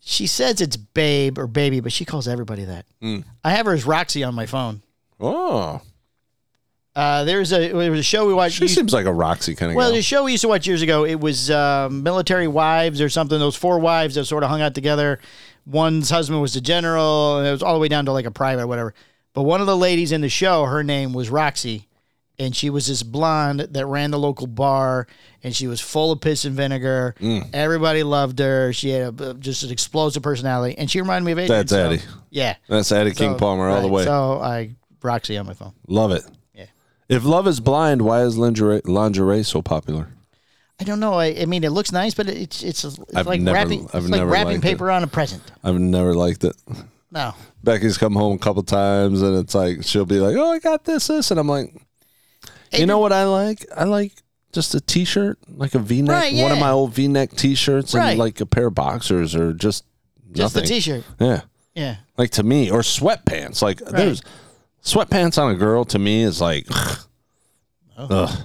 she says it's babe or baby, but she calls everybody that. I have her as Roxy on my phone.
Oh,
Uh, there's a there was a show we watched.
she
you-
seems like a Roxy kind of
well,
girl.
the show we used to watch years ago, it was um, military wives or something. Those four wives that sort of hung out together. One's husband was the general, and it was all the way down to like a private, or whatever. But one of the ladies in the show, her name was Roxy, and she was this blonde that ran the local bar, and she was full of piss and vinegar.
Mm.
Everybody loved her. She had a, uh, just an explosive personality, and she reminded me of Adrian.
That's
so-
Addie.
Yeah,
That's Addie King
So-
Palmer all the
right,
way.
So I Roxy on my phone.
Love it.
Yeah.
If love is blind, why is lingerie, lingerie so popular?
I don't know. I, I mean, it looks nice, but it's it's, it's
I've
like
never-
wrapping
I've
it's like
never
wrapping
liked it.
paper on a present.
I've never liked it.
No,
Becky's come home a couple times and it's like she'll be like, "Oh, I got this, this," and I'm like, "You know what I like? I like just a T-shirt, like a V-neck,
Right,
one of
yeah.
my old V-neck T-shirts,
Right.
and like a pair of boxers or just
just the
nothing.
T-shirt.
Yeah,
Yeah,
like to me, or sweatpants. Like there's sweatpants on a girl to me is like,
Oh.
ugh.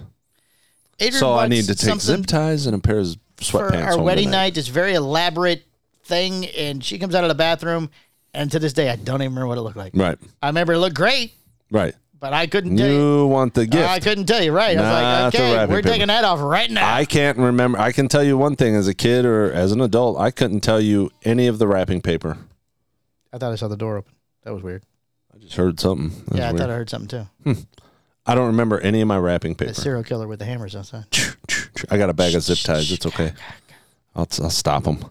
Adrian
so I
wants
need to take
something
zip ties and a pair of
for
sweatpants.
our
home
wedding
tonight.
night. This very elaborate thing, and she comes out of the bathroom, and to this day, I don't even remember what it looked like.
Right,
I remember it looked great,
right.
but I couldn't tell you. Uh,
You want the gift?
I couldn't tell you. Right? I
Not
was
the
like, okay,
wrapping
we're
paper.
taking that off right now.
I can't remember. I can tell you one thing as a kid or as an adult, I couldn't tell you any of the wrapping paper.
I thought I saw the door open. That was weird.
I just heard something. That was
Yeah, I
weird.
thought I heard something too.
I don't remember any of my wrapping
The
paper.
serial killer with the hammers outside.
I got a bag of zip ties. It's okay. I'll, I'll stop them.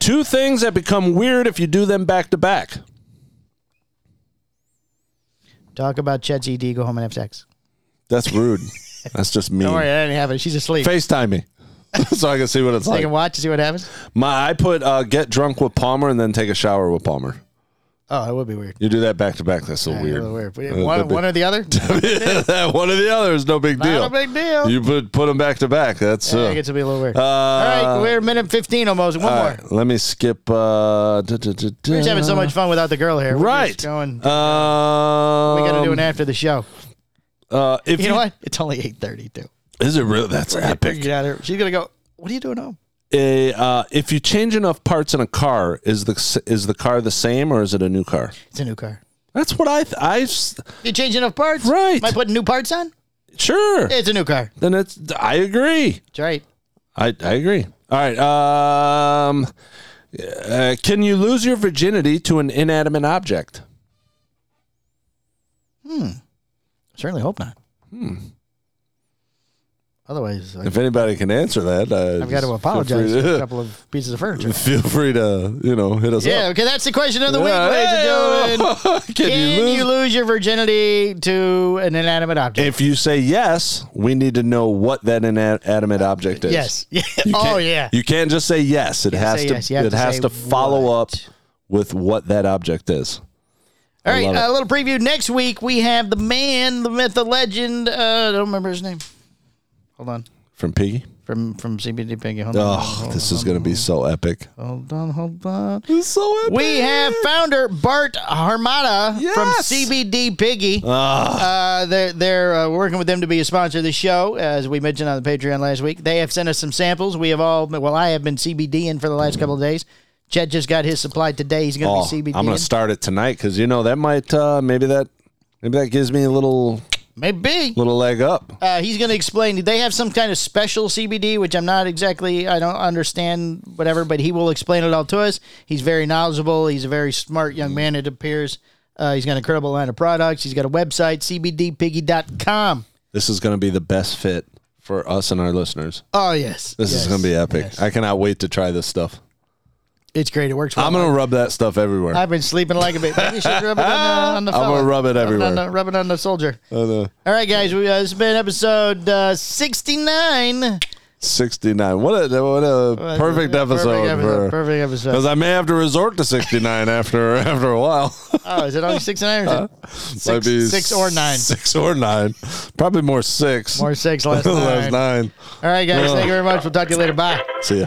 Two things that become weird if you do them back to back.
Talk about Chet's ED. Go home and have sex.
That's rude. That's just mean.
Don't worry, that didn't happen. She's asleep.
FaceTime me so I can see what it's
They
like.
can watch and see what happens.
My, I put uh, get drunk with Palmer and then take a shower with Palmer.
Oh, it would be weird.
You do that back to back. That's so
Yeah,
weird.
it would be
Uh,
weird. One,
that'd be-
one or the other.
one or the other is no big deal.
Not a big deal.
You put put them back to back. That's
Yeah,
uh,
I guess it'll be a little weird.
uh,
all right, we're minute fifteen almost. One
all
more.
right, let me skip. Uh, da, da, da,
We're just having so much fun without the girl here. We're
Right.
just Going.
Um,
we got to do an after the show.
Uh, if
You know what? It's only eight thirty too.
Is it real? That's epic.
Get out of here. She's gonna go. What are you doing home?
A, uh, if you change enough parts in a car, is the s- is the car the same or is it a new car?
It's a new car.
That's what I th- I s-
You changing enough parts?
Right.
Am I putting new parts on?
sure.
It's a new car.
Then it's I agree.
That's right.
I, I agree. All right. Um, uh, can you lose your virginity to an inanimate object?
Certainly hope not. Hmm. Otherwise, I-
If anybody can answer that, uh,
I've got to
just
apologize
Feel
for a
free to,
couple of pieces of furniture.
feel free to, you know, hit us
Yeah,
up.
okay, that's the question of the week,
Yeah,
ladies
hey, oh,
and gentlemen.
can,
Can
you lose?
you lose your virginity to an inanimate object?
if you say yes, we need to know what that inanimate object is.
yes. Yeah.
You
Oh
can't-
yeah.
You can't just say yes. It has
say
to.
yes. You have
It
to
has
say
to follow
what.
up with what that object is.
All right,
love it.
a little preview. Next week we have the man, the myth, the legend. Uh, I don't remember his name. Hold on.
From Piggy.
From from CBD Piggy. Hold on.
Oh, this is going to be so epic.
Hold on. Hold on.
This is so epic.
We have founder Bart Harmata from
Yes.
CBD Piggy.
Ah.
Uh, they're they're uh, working with them to be a sponsor of the show, as we mentioned on the Patreon last week. They have sent us some samples. We have all well, I have been CBD in for the last couple of days. Chet just got his supply today. He's going
Oh,
to be CBD.
I'm going to start it tonight because you know that might uh, maybe that maybe that gives me a little
Maybe
little leg up.
uh, he's going to explain. They have some kind of special CBD, which I'm not exactly. I don't understand whatever, but he will explain it all to us. He's very knowledgeable. He's a very smart young man. It appears. Uh, he's got an incredible line of products. He's got a website, cbdpiggy.com.
This is going to be the best fit for us and our listeners.
Oh yes,
This is
Yes.
going to be epic.
Yes.
I cannot wait to try this stuff.
It's great. It works. Well.
I'm going to rub that stuff everywhere.
I've been sleeping like a baby. Maybe you should rub it on the, on the
I'm
fella.
gonna rub it everywhere.
Rub it on the, rub it on the soldier.
Oh, no.
All right, guys. We, uh, this has been episode uh, 69.
69. What a what a perfect episode.
Perfect episode.
for-
Perfect episode.
Because I may have to resort to 69 after after a while.
Oh, is it only six and nine? Or is it
Might
six,
be
six or nine?
Six or nine. Probably more six.
More six, less nine.
Less nine.
All right, guys. Thank you very much. We'll talk to you later. Bye.
See ya.